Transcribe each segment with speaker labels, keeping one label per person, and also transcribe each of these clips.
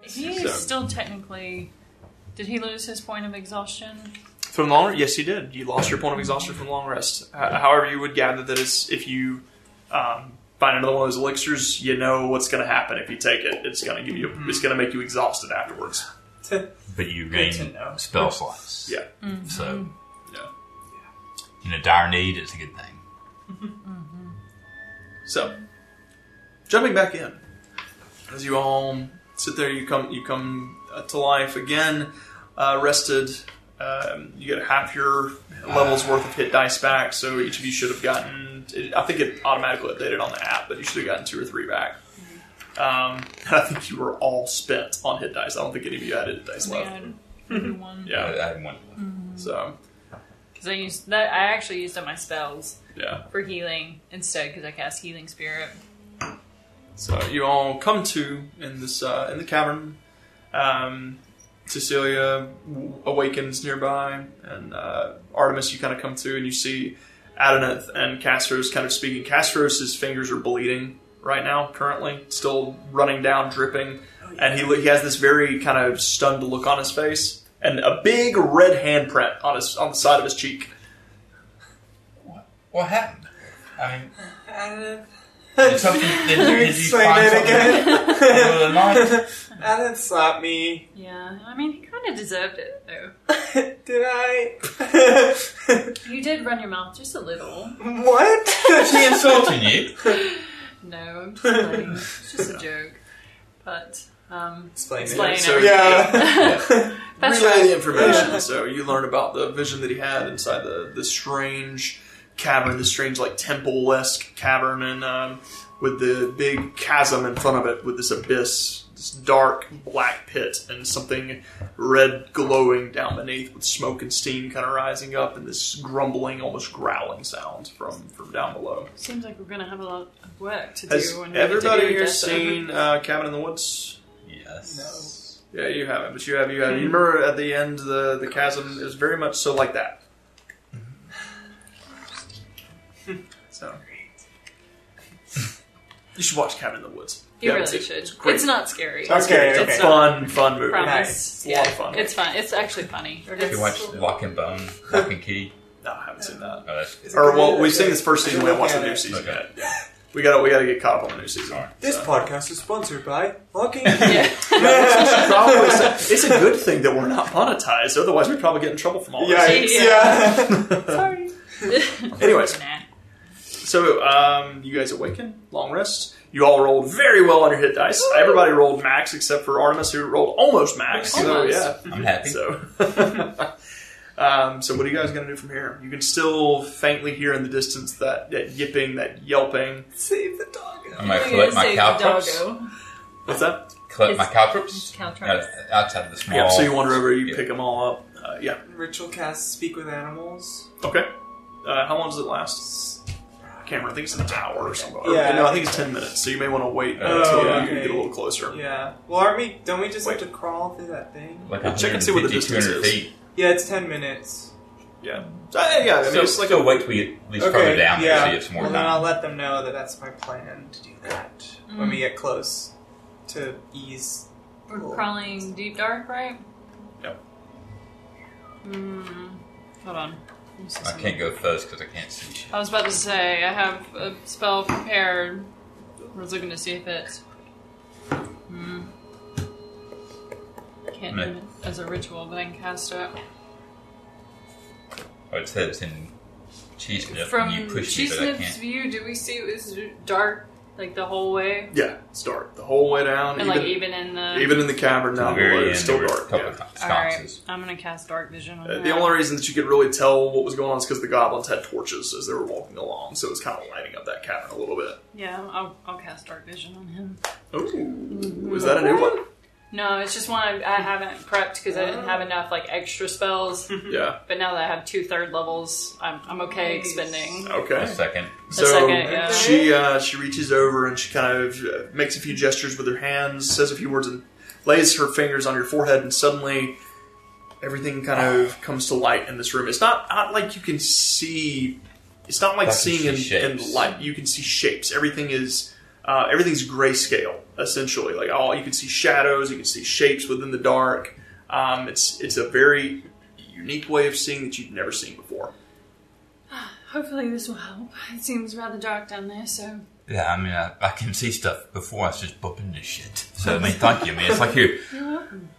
Speaker 1: he's
Speaker 2: Yeah.
Speaker 1: still technically. Did he lose his point of exhaustion?
Speaker 3: From long, yes, you did. You lost your point of exhaustion from long rest. H- however, you would gather that it's if you um, find another one of those elixirs, you know what's going to happen if you take it. It's going to give you. It's going to make you exhausted afterwards.
Speaker 4: but you
Speaker 2: Good to
Speaker 4: gain
Speaker 2: know.
Speaker 4: spell slots.
Speaker 3: Yeah.
Speaker 4: So
Speaker 2: Yeah.
Speaker 4: in a dire need, it's a good thing.
Speaker 3: So, jumping back in, as you all sit there, you come you come uh, to life again, uh, rested. Um, you get half your levels worth of hit dice back, so each of you should have gotten. It, I think it automatically updated on the app, but you should have gotten two or three back. Um, and I think you were all spent on hit dice. I don't think any of you had hit dice
Speaker 1: Yeah,
Speaker 3: left.
Speaker 1: everyone.
Speaker 3: Yeah.
Speaker 4: Uh, I had one.
Speaker 3: So
Speaker 1: Because I used that. I actually used up my spells
Speaker 3: yeah.
Speaker 1: for healing instead because I cast healing spirit.
Speaker 3: So you all come to in this uh, in the cavern. Um, Cecilia w- awakens nearby, and uh, Artemis. You kind of come to, and you see Adonath and Castros kind of speaking. Castros's fingers are bleeding right now, currently, still running down, dripping, and he lo- he has this very kind of stunned look on his face, and a big red handprint on his on the side of his cheek.
Speaker 4: What happened? I mean,
Speaker 5: Added.
Speaker 4: did something, did, did you
Speaker 5: Explain
Speaker 4: find something
Speaker 5: it
Speaker 4: in the middle
Speaker 5: again.
Speaker 4: of the night?
Speaker 5: Added slapped me.
Speaker 1: Yeah, I mean, he kind of deserved it though.
Speaker 5: Did I?
Speaker 1: You did run your mouth just a little.
Speaker 5: what?
Speaker 4: She insulting you.
Speaker 1: No, I'm just kidding. it's just a joke. But um,
Speaker 2: Explain,
Speaker 1: Explain
Speaker 2: it.
Speaker 1: it.
Speaker 3: So
Speaker 5: yeah.
Speaker 1: that's
Speaker 3: relay
Speaker 1: right.
Speaker 3: the information. so you learn about the vision that he had inside the the strange cavern, the strange like temple esque cavern, and um, with the big chasm in front of it, with this abyss, this dark black pit, and something red glowing down beneath, with smoke and steam kind of rising up, and this grumbling, almost growling sound from from down below.
Speaker 1: Seems like we're gonna have a lot of work to
Speaker 3: Has
Speaker 1: do. when we get to
Speaker 3: everybody
Speaker 1: Area
Speaker 3: here
Speaker 1: Death Zone.
Speaker 3: seen uh, Cabin in the Woods?
Speaker 4: Yes.
Speaker 3: Yeah, you haven't, but you have. You have. You remember at the end, the the chasm is very much so like that. so you should watch Cabin in the Woods.
Speaker 1: You
Speaker 3: Yeah,
Speaker 1: really
Speaker 3: it's-
Speaker 1: should.
Speaker 3: It's
Speaker 1: It's,
Speaker 3: great.
Speaker 1: not scary.
Speaker 3: It's
Speaker 5: Okay,
Speaker 3: good. It's uh,
Speaker 5: okay.
Speaker 3: a fun, fun movie.
Speaker 1: Promise.
Speaker 3: It's a
Speaker 1: Yeah.
Speaker 3: lot of fun.
Speaker 1: It's fun. It's actually funny.
Speaker 4: Have you watched Lock and Bone, Lock and Key?
Speaker 3: no, I haven't seen that.
Speaker 4: Oh, that's good.
Speaker 5: Is it
Speaker 3: Or well,
Speaker 5: good?
Speaker 3: we've seen this first season. We haven't watched the
Speaker 5: Okay.
Speaker 3: new season
Speaker 4: Okay.
Speaker 3: yet. Yeah. We gotta, we gotta get caught up on the new season.
Speaker 5: This
Speaker 3: So.
Speaker 5: podcast is sponsored by Locking.
Speaker 1: Yeah.
Speaker 3: Probably- it's a good thing that we're not monetized. Otherwise, we'd probably get in trouble from all this.
Speaker 5: Yikes! Yeah.
Speaker 1: Sorry.
Speaker 3: Anyways.
Speaker 1: Nah.
Speaker 3: So, um, you guys awaken, long rest. You all rolled very well on your hit dice. Everybody rolled max except for Artemis, who rolled almost max.
Speaker 1: Almost.
Speaker 3: So,
Speaker 4: I'm
Speaker 3: yeah.
Speaker 4: happy.
Speaker 3: So, um, so what are you guys going to do from here? You can still faintly hear in the distance that, that yipping, that yelping.
Speaker 5: Save the dog.
Speaker 4: I'm gonna collect my
Speaker 1: Save the
Speaker 4: caltrops.
Speaker 1: doggo.
Speaker 3: What's that?
Speaker 4: Collect my
Speaker 1: His-
Speaker 4: caltrops.
Speaker 1: Caltrops.
Speaker 4: Out- Outside the small.
Speaker 3: Yeah, so you wander over, you
Speaker 4: Yeah.
Speaker 3: pick them all up. Uh, yeah.
Speaker 5: Ritual cast speak with animals.
Speaker 3: Okay. Uh, how long does it last? I can't remember. I think it's an hour or something. Or-
Speaker 5: Yeah.
Speaker 3: No, I think it's 10 minutes, so you may want to wait
Speaker 4: Oh,
Speaker 3: until you
Speaker 5: okay.
Speaker 3: get a little closer.
Speaker 5: Yeah. Well, aren't we? Don't we just have to crawl through that thing?
Speaker 4: Like
Speaker 3: Check and see what the
Speaker 4: 150,
Speaker 3: distance
Speaker 4: 200
Speaker 3: is.
Speaker 4: feet.
Speaker 5: Yeah, it's ten minutes.
Speaker 3: Yeah. So, uh, yeah, I mean,
Speaker 4: So,
Speaker 3: it's like
Speaker 4: so wait till we get at least further down
Speaker 5: yeah. Uh-huh.
Speaker 4: to see if some more
Speaker 5: well, then
Speaker 4: time.
Speaker 5: I'll let them know that that's my plan to do that when we
Speaker 6: Mm.
Speaker 5: get close to ease.
Speaker 1: We're crawling deep dark, right?
Speaker 3: Yep.
Speaker 1: Hmm. Hold on. Let me see
Speaker 4: I
Speaker 1: something.
Speaker 4: can't go first because I can't see shit.
Speaker 1: I was about to say I have a spell prepared. I was looking to see if it. Hmm. Can't do
Speaker 4: Meh.
Speaker 1: it as a ritual, but I can cast it
Speaker 4: Oh, it says in cheese nip
Speaker 1: from
Speaker 4: and you push me, but I
Speaker 1: Cheesenip's
Speaker 4: can't.
Speaker 1: view. Do we see it was dark like the whole way,
Speaker 3: Yeah, it's dark the whole way down.
Speaker 1: and
Speaker 3: even,
Speaker 1: like even in the
Speaker 3: even in the cavern
Speaker 4: At
Speaker 3: down
Speaker 4: the
Speaker 3: below,
Speaker 4: very end,
Speaker 3: it's still
Speaker 4: there were a
Speaker 3: dark.
Speaker 4: couple
Speaker 3: yeah.
Speaker 4: of
Speaker 1: All right,
Speaker 4: sconces.
Speaker 1: I'm gonna cast dark vision on
Speaker 3: Uh,
Speaker 1: that.
Speaker 3: The only reason that you could really tell what was going on is because the goblins had torches as they were walking along, so it was kind of lighting up that cavern a little bit.
Speaker 1: yeah, I'll, I'll cast dark vision on him.
Speaker 3: Ooh, is that a new one?
Speaker 1: No, it's just one I, I haven't prepped because I didn't have enough like extra spells.
Speaker 4: Hmm.
Speaker 3: Yeah.
Speaker 1: But now that I have two third levels, I'm, I'm okay
Speaker 5: Nice.
Speaker 1: expending.
Speaker 4: A
Speaker 3: Okay.
Speaker 4: second.
Speaker 3: So
Speaker 1: second, yeah.
Speaker 3: she uh, she reaches over and she kind of uh, makes a few gestures with her hands, says a few words, and lays her fingers on your forehead, and suddenly everything kind of comes to light in this room. It's not not like you can see. It's not like
Speaker 4: Like you
Speaker 3: seeing in,
Speaker 4: see
Speaker 3: in
Speaker 4: shapes.
Speaker 3: light. You can see shapes. Everything is Uh, everything's grayscale essentially. Like all you can see shadows, you can see shapes within the dark. Um, it's it's a very unique way of seeing that you've never seen before.
Speaker 6: Hopefully this will help. It seems rather dark down there, so
Speaker 4: Yeah, I mean, I, I can see stuff before I just bump into shit. So, I mean, thank you, man. It's like you.
Speaker 6: you're welcome.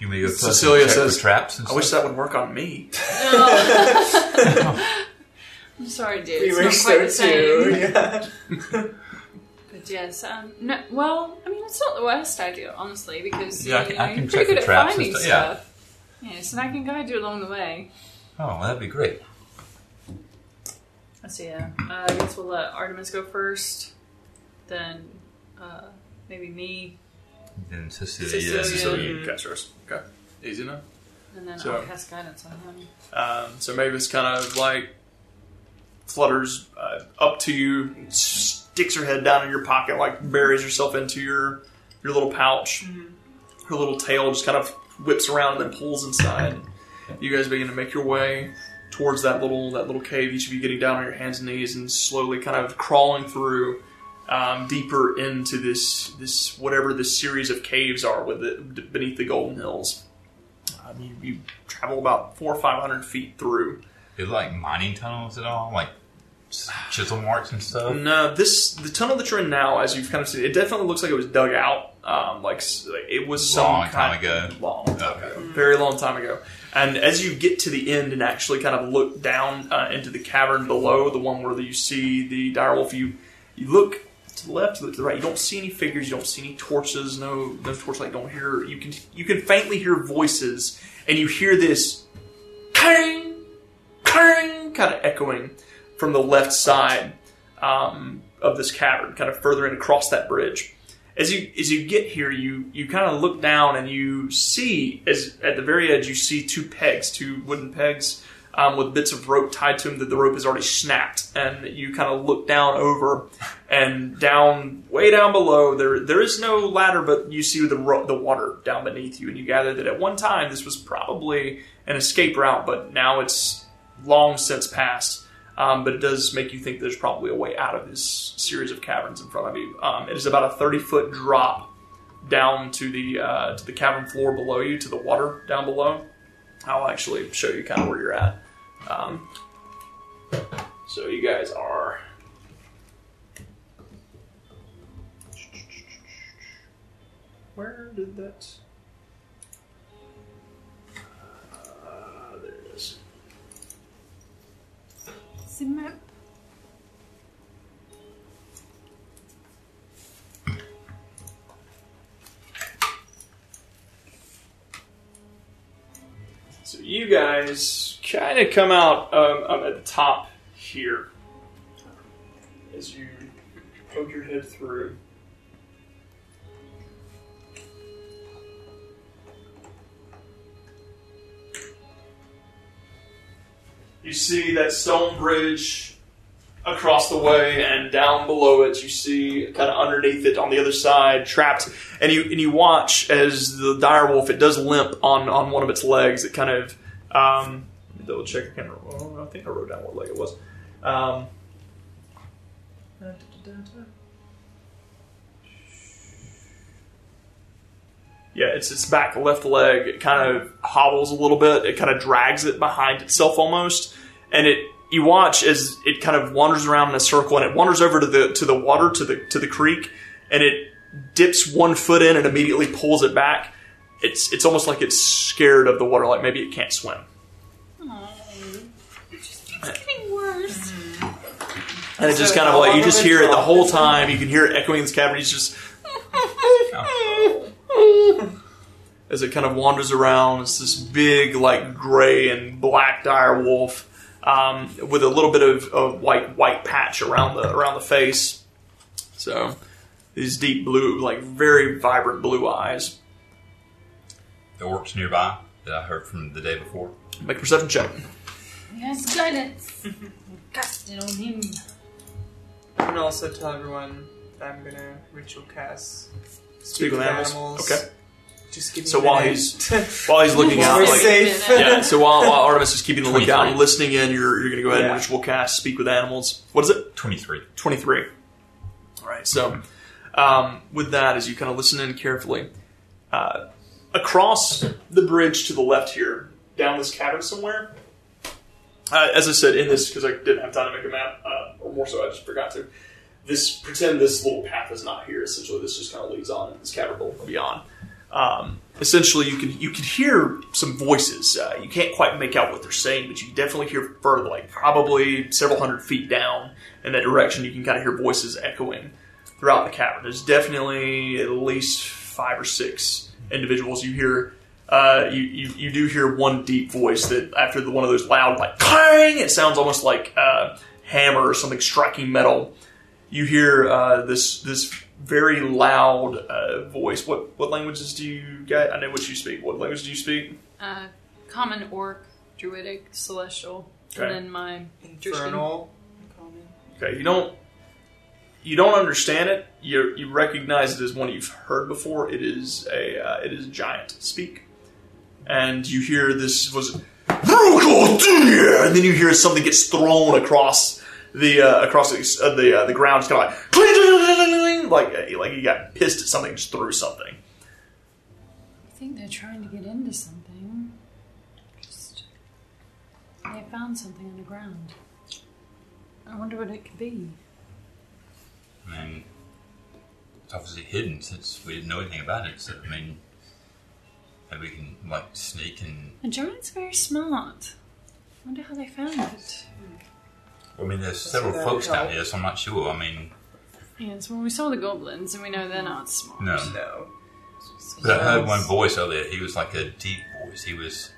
Speaker 4: You may go first and
Speaker 3: Cecilia
Speaker 4: check for
Speaker 3: says,
Speaker 4: traps and
Speaker 3: I
Speaker 4: stuff.
Speaker 3: wish that would work on me.
Speaker 6: I'm sorry, dude.
Speaker 5: We
Speaker 6: it's
Speaker 5: wish
Speaker 6: not quite
Speaker 5: so
Speaker 6: the same.
Speaker 5: too. Yeah.
Speaker 6: But yes, um, no, well, I mean, it's not the worst idea, honestly, because
Speaker 4: Yeah, I
Speaker 6: you
Speaker 4: can-
Speaker 6: know,
Speaker 4: I can
Speaker 6: you're
Speaker 4: check
Speaker 6: pretty good
Speaker 4: the
Speaker 6: at
Speaker 4: traps and
Speaker 6: finding
Speaker 4: stuff, yeah.
Speaker 6: stuff. Yes, and I can guide you along the way.
Speaker 4: Oh, well, that'd be great.
Speaker 6: Let's see, yeah. Uh, I guess we'll let Artemis go first, then uh, maybe me,
Speaker 4: Then
Speaker 6: Cecilia.
Speaker 4: Cecilia.
Speaker 3: So you
Speaker 5: Mhm.
Speaker 3: catch yours. Okay, Mm-hmm. easy enough.
Speaker 6: and then
Speaker 3: So-
Speaker 6: I'll cast guidance on him.
Speaker 3: Um, so Mavis kind of like flutters uh, up to you, sticks her head down in your pocket, like buries herself into your your little pouch. Her little tail just kind of whips around and then pulls inside. You guys begin to make your way towards that little that little cave. Each of you getting down on your hands and knees and slowly kind of crawling through. Um, deeper into this, this whatever this series of caves are with it beneath the Golden Hills. Um, you, you travel about four or five hundred feet through.
Speaker 4: Is it like mining tunnels at all? Like s- chisel marks and stuff?
Speaker 3: No, uh, this the tunnel that you're in now, as you've kind of seen, it definitely looks like it was dug out. Um, like, s- like it was some
Speaker 4: Long time
Speaker 3: kind-
Speaker 4: ago.
Speaker 3: Long time
Speaker 4: Okay.
Speaker 3: ago. very long time ago. And as you get to the end and actually kind of look down uh, into the cavern below, the one where you see the direwolf, you you look to the left, you look to the right. You don't see any figures. You don't see any torches. No, no torchlight. Don't hear. You can you can faintly hear voices, and you hear this, "Kang, kang," kind of echoing from the left side um, of this cavern, kind of further in across that bridge. As you as you get here, you you kind of look down and you see as at the very edge you see two pegs, two wooden pegs um, with bits of rope tied to them that the rope has already snapped, and you kind of look down over and down way down below there there is no ladder, but you see the ro- the water down beneath you, and you gather that at one time this was probably an escape route, but now it's long since passed. Um, but it does make you think there's probably a way out of this series of caverns in front of you. Um, it is about a 30 foot drop down to the uh, to the cavern floor below you, to the water down below. I'll actually show you kind of where you're at. Um, so you guys are. Where did that? Uh, there it is.
Speaker 6: See map?
Speaker 3: So you guys kind of come out um, um, at the top here as you poke your head through. You see that stone bridge across the way, and down below it, you see kind of underneath it on the other side, trapped. And you and you watch as the direwolf it does limp on on one of its legs. It kind of um, double check. I, can't, remember- oh, I think I wrote down what leg it was. Um, yeah, it's its back left leg. It kind of hobbles a little bit. It kind of drags it behind itself almost, and it you watch as it kind of wanders around in a circle, and it wanders over to the to the water to the to the creek, and it dips one foot in and immediately pulls it back. It's it's almost like it's scared of the water, like maybe it can't swim.
Speaker 6: It's getting worse.
Speaker 3: And it just
Speaker 5: So
Speaker 3: kind of like you
Speaker 5: all
Speaker 3: just
Speaker 5: of it
Speaker 3: hear it the
Speaker 5: dropped.
Speaker 3: whole time. You can hear it echoing in this cavern. It's just
Speaker 4: Oh,
Speaker 3: as it kind of wanders around. It's this big, like gray and black dire wolf um, with a little bit of, of like white patch around the around the face. So these deep blue, like very vibrant blue eyes.
Speaker 4: The orcs nearby that I heard from the day before.
Speaker 3: Make a perception check.
Speaker 6: Mm-hmm. Yes, guidance. Cast it on him.
Speaker 5: I'm gonna also tell everyone that I'm gonna ritual cast.
Speaker 3: Speak with animals. Okay.
Speaker 5: Just give me
Speaker 3: So
Speaker 5: a
Speaker 3: while
Speaker 5: minute.
Speaker 3: While he's looking
Speaker 5: While
Speaker 3: out,
Speaker 5: we're
Speaker 3: like,
Speaker 5: safe.
Speaker 3: yeah. So while, while Artemis is keeping a lookout,
Speaker 4: 23.
Speaker 3: listening in, you're you're gonna go ahead
Speaker 5: Yeah.
Speaker 3: and ritual cast, speak with animals. What is it?
Speaker 4: 23.
Speaker 3: Twenty three. Right. So, um, with that, as you kind of listen in carefully, uh, across the bridge to the left here, down this cavern somewhere. Uh, as I said in this, because I didn't have time to make a map, uh, or more so, I just forgot to. This pretend this little path is not here. Essentially, this just kind of leads on in this cavern hole beyond. Um, essentially, you can you can hear some voices. Uh, you can't quite make out what they're saying, but you can definitely hear further, like probably several hundred feet down in that direction. You can kind of hear voices echoing throughout the cavern. There's definitely at least five or six individuals you hear. Uh, you, you you do hear one deep voice that after the, one of those loud like clang, it sounds almost like uh, hammer or something striking metal. You hear uh, this this very loud uh, voice. What what languages do you get? I know what you speak. What language do you speak?
Speaker 6: Uh, common orc, druidic, celestial,
Speaker 3: Okay.
Speaker 6: and then my
Speaker 5: Infernal.
Speaker 6: Common.
Speaker 3: Okay, you don't you don't understand it. You you recognize it as one you've heard before. It is a uh, it is giant speak, and you hear this was and then you hear something gets thrown across the uh, across the uh, the, uh, the ground. It's kind of like like uh, like you got pissed at something, and just threw something.
Speaker 6: I think they're trying to get into something. Just they found something on the ground. I wonder what it could be.
Speaker 4: I mean, it's obviously hidden since we didn't know anything about it. So I mean, maybe we can like sneak and.
Speaker 6: A giant's very smart. Wonder how they found it.
Speaker 4: I mean, there's several
Speaker 5: that
Speaker 4: folks down
Speaker 5: help?
Speaker 4: here, so I'm not sure. I mean,
Speaker 6: Yeah, so when we saw the goblins, and we know they're not smart.
Speaker 4: no.
Speaker 5: No.
Speaker 4: But I heard one voice earlier. He was like a deep voice. He was.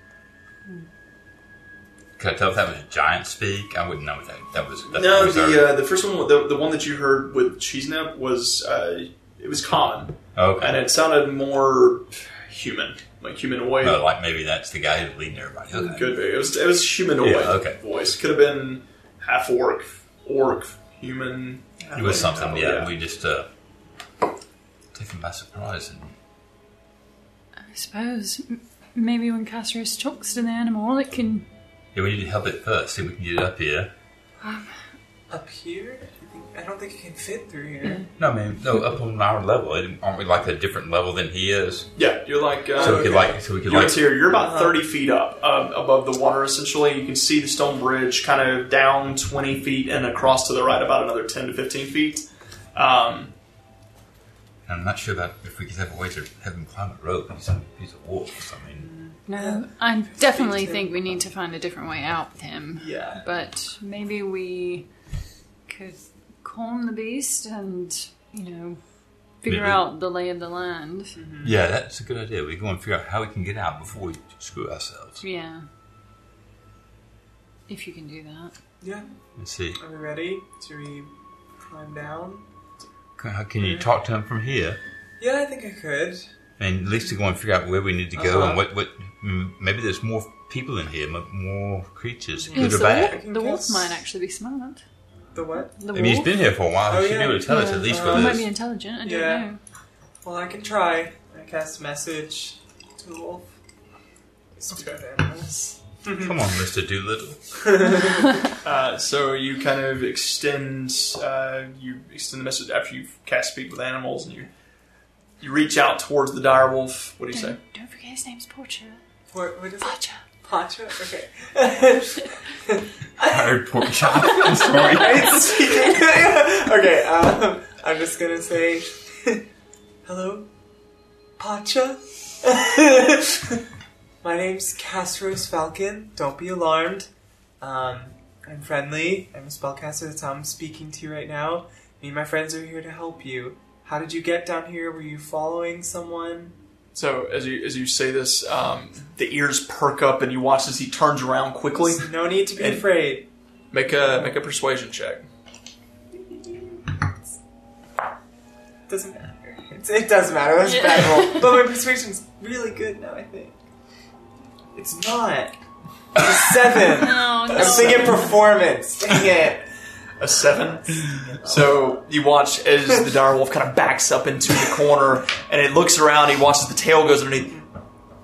Speaker 4: Could I tell if that was giant speak? I wouldn't know if that that was. That
Speaker 3: No,
Speaker 4: was
Speaker 3: the uh, the first one, the, the one that you heard with Cheesenap was uh, it was common,
Speaker 4: okay.
Speaker 3: and it sounded more human, like humanoid.
Speaker 4: Oh, like maybe that's the guy who's leading everybody. Okay.
Speaker 3: Could be. It was it was humanoid
Speaker 4: Yeah, okay.
Speaker 3: voice. Could have been half orc, orc, human.
Speaker 4: It was something. Yeah, we just uh, took him by surprise. And
Speaker 6: I suppose m- maybe when Casarus talks to the animal, it can.
Speaker 4: yeah, we need to help it first. See if we can get it up here.
Speaker 5: Up here? I think- I don't think it can fit through here.
Speaker 6: Mm-hmm.
Speaker 4: No, I mean, no, up on our level. Aren't we like a different level than he is?
Speaker 3: yeah, you're like uh,
Speaker 4: So we could like, so we could
Speaker 3: You're
Speaker 4: like,
Speaker 3: interior. You're about
Speaker 5: Uh-huh.
Speaker 3: thirty feet up um, above the water. Essentially, you can see the stone bridge kind of down twenty feet and across to the right about another ten to fifteen feet. Um,
Speaker 4: I'm not sure about if we could have a way to have him climb a rope. He's a, he's a wolf or something.
Speaker 6: No, I definitely think we need to find a different way out with him.
Speaker 3: yeah.
Speaker 6: But maybe we could calm the beast and, you know, figure
Speaker 4: Maybe.
Speaker 6: out the lay of the land.
Speaker 4: Yeah, that's a good idea. We go and figure out how we can get out before we screw ourselves.
Speaker 6: Yeah. If you can do that.
Speaker 5: Yeah.
Speaker 4: Let's see.
Speaker 5: Are we ready? Do we climb down?
Speaker 4: Can- How can you talk to him from here?
Speaker 5: Yeah, I think I could.
Speaker 4: And at least to go and figure out where we need to go
Speaker 5: Uh-huh.
Speaker 4: and what, what mm, maybe there's more people in here, m- more creatures,
Speaker 6: Yeah,
Speaker 4: good
Speaker 6: so
Speaker 4: or bad.
Speaker 6: the wolf, the wolf
Speaker 5: Yes.
Speaker 6: might actually be smart.
Speaker 5: The what?
Speaker 6: The
Speaker 4: I mean, he's
Speaker 6: wolf?
Speaker 4: been here for a while.
Speaker 5: Oh,
Speaker 4: he should
Speaker 5: yeah.
Speaker 4: be able to tell us
Speaker 6: Yeah.
Speaker 4: at least
Speaker 6: He
Speaker 4: what
Speaker 6: might
Speaker 4: it
Speaker 6: be
Speaker 4: is.
Speaker 6: intelligent. I don't
Speaker 5: Yeah.
Speaker 6: know.
Speaker 5: Well, I can try. I cast message to the wolf. Stupid animals.
Speaker 4: Come on, Mr. Doolittle.
Speaker 3: Uh, so you kind of extend uh, you extend the message after you've cast speak with animals, and you you reach out towards the dire wolf. What do you say?
Speaker 6: Don't, don't forget his name's Portia.
Speaker 5: What, what is it?
Speaker 6: Portia.
Speaker 5: Pacha? Okay.
Speaker 4: Hired pork chop. I'm sorry.
Speaker 5: okay, um, I'm just gonna say, hello, Pacha. My name's Castros Falcon. Don't be alarmed. Um, I'm friendly. I'm a spellcaster. That's how I'm speaking to you right now. Me and my friends are here to help you. How did you get down here? Were you following someone?
Speaker 3: So as you as you say this, um, the ears perk up, and you watch as he turns around quickly.
Speaker 5: No need to be
Speaker 3: And-
Speaker 5: afraid.
Speaker 3: Make a make a persuasion check.
Speaker 5: Doesn't matter. It's, it does matter. That's a bad roll. But my persuasion's really good now. I think it's not. It's a seven.
Speaker 6: Oh, No,
Speaker 5: I'm
Speaker 6: no.
Speaker 5: thinking performance. Dang it.
Speaker 3: A seven. So you watch as the dire wolf kind of backs up into the corner, and it looks around. He watches the tail goes underneath.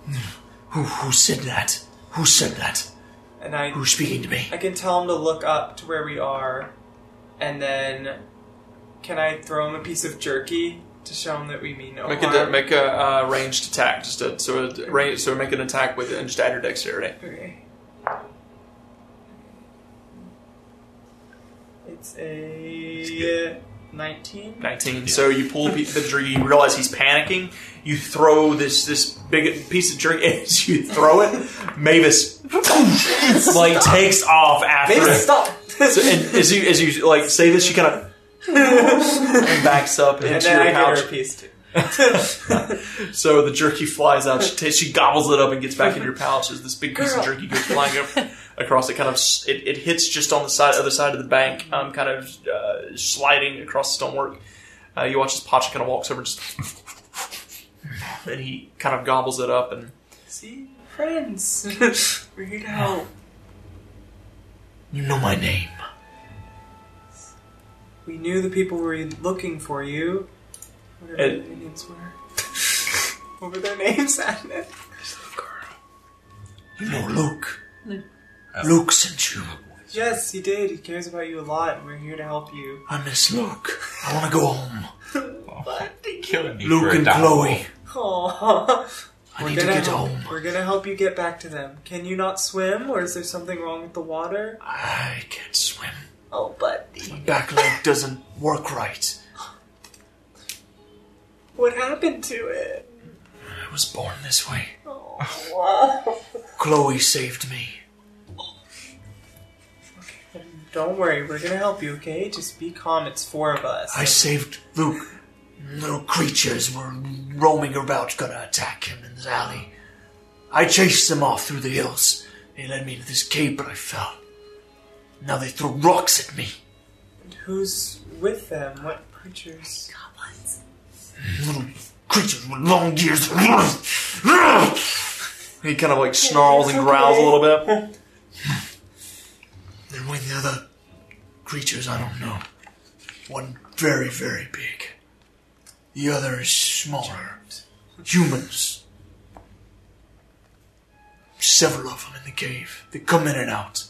Speaker 3: Who who said that? Who said that?
Speaker 5: And I,
Speaker 3: Who's speaking to me?
Speaker 5: I can tell him to look up to where we are, and then Can I throw him a piece of jerky to show him that we mean no
Speaker 3: Make a
Speaker 5: harm?
Speaker 3: de- make a uh, ranged attack. Just a, so a, range, so make an attack with it and just add your dexterity.
Speaker 5: Okay. It's a
Speaker 4: good.
Speaker 5: 19.
Speaker 3: Nineteen. So you pull a piece of the jerky. You realize he's panicking. You throw this this big piece of jerky. As you throw it, Mavis like takes off after
Speaker 5: Baby,
Speaker 3: it.
Speaker 5: stop!
Speaker 3: So, and as you as you like say this, she kind of and backs up into
Speaker 5: and then I
Speaker 3: your pouch.
Speaker 5: give her a piece too.
Speaker 3: So the jerky flies out. She, ta- she gobbles it up and gets back in your pouch as this big piece of
Speaker 5: Girl.
Speaker 3: jerky goes flying up across. It kind of s- it, it hits just on the side other side of the bank, um, kind of uh, sliding across the stonework. Uh, you watch as Pacha kind of walks over, and just and he kind of gobbles it up and
Speaker 5: See? Friends! We're here to help.
Speaker 3: you know my name.
Speaker 5: We knew the people were looking for you. Whatever
Speaker 3: It-
Speaker 5: their names were. what were their names, Adnan?
Speaker 3: You know Luke.
Speaker 4: Uh,
Speaker 3: Luke sent you.
Speaker 5: Yes, he did. He cares about you a lot, and we're here to help you.
Speaker 3: I miss Luke. I want to go home.
Speaker 4: Killing me for a dollar.
Speaker 5: Aww.
Speaker 3: I
Speaker 5: We're gonna help- We're gonna help you get back to them. Can you not swim, or is there something wrong with the water?
Speaker 3: I can't swim.
Speaker 5: Oh, buddy.
Speaker 3: My back leg doesn't work right.
Speaker 5: What happened to it?
Speaker 3: I was born this way.
Speaker 5: Oh.
Speaker 3: Chloe saved me.
Speaker 5: Don't worry, we're gonna help you, okay? Just be calm, it's four of us.
Speaker 2: I saved Luke. Little creatures were roaming about, gonna attack him in the alley. I chased them off through the hills. They led me into this cave, but I fell. Now they throw rocks at me.
Speaker 5: Who's with them? What creatures?
Speaker 2: Little creatures with long ears.
Speaker 3: He kind of like snarls and
Speaker 5: it's
Speaker 3: growls
Speaker 5: okay.
Speaker 3: a little bit.
Speaker 2: Then when the other creatures, I don't know. One very, very big. The other is smaller. Humans. Several of them in the cave. They come in and out.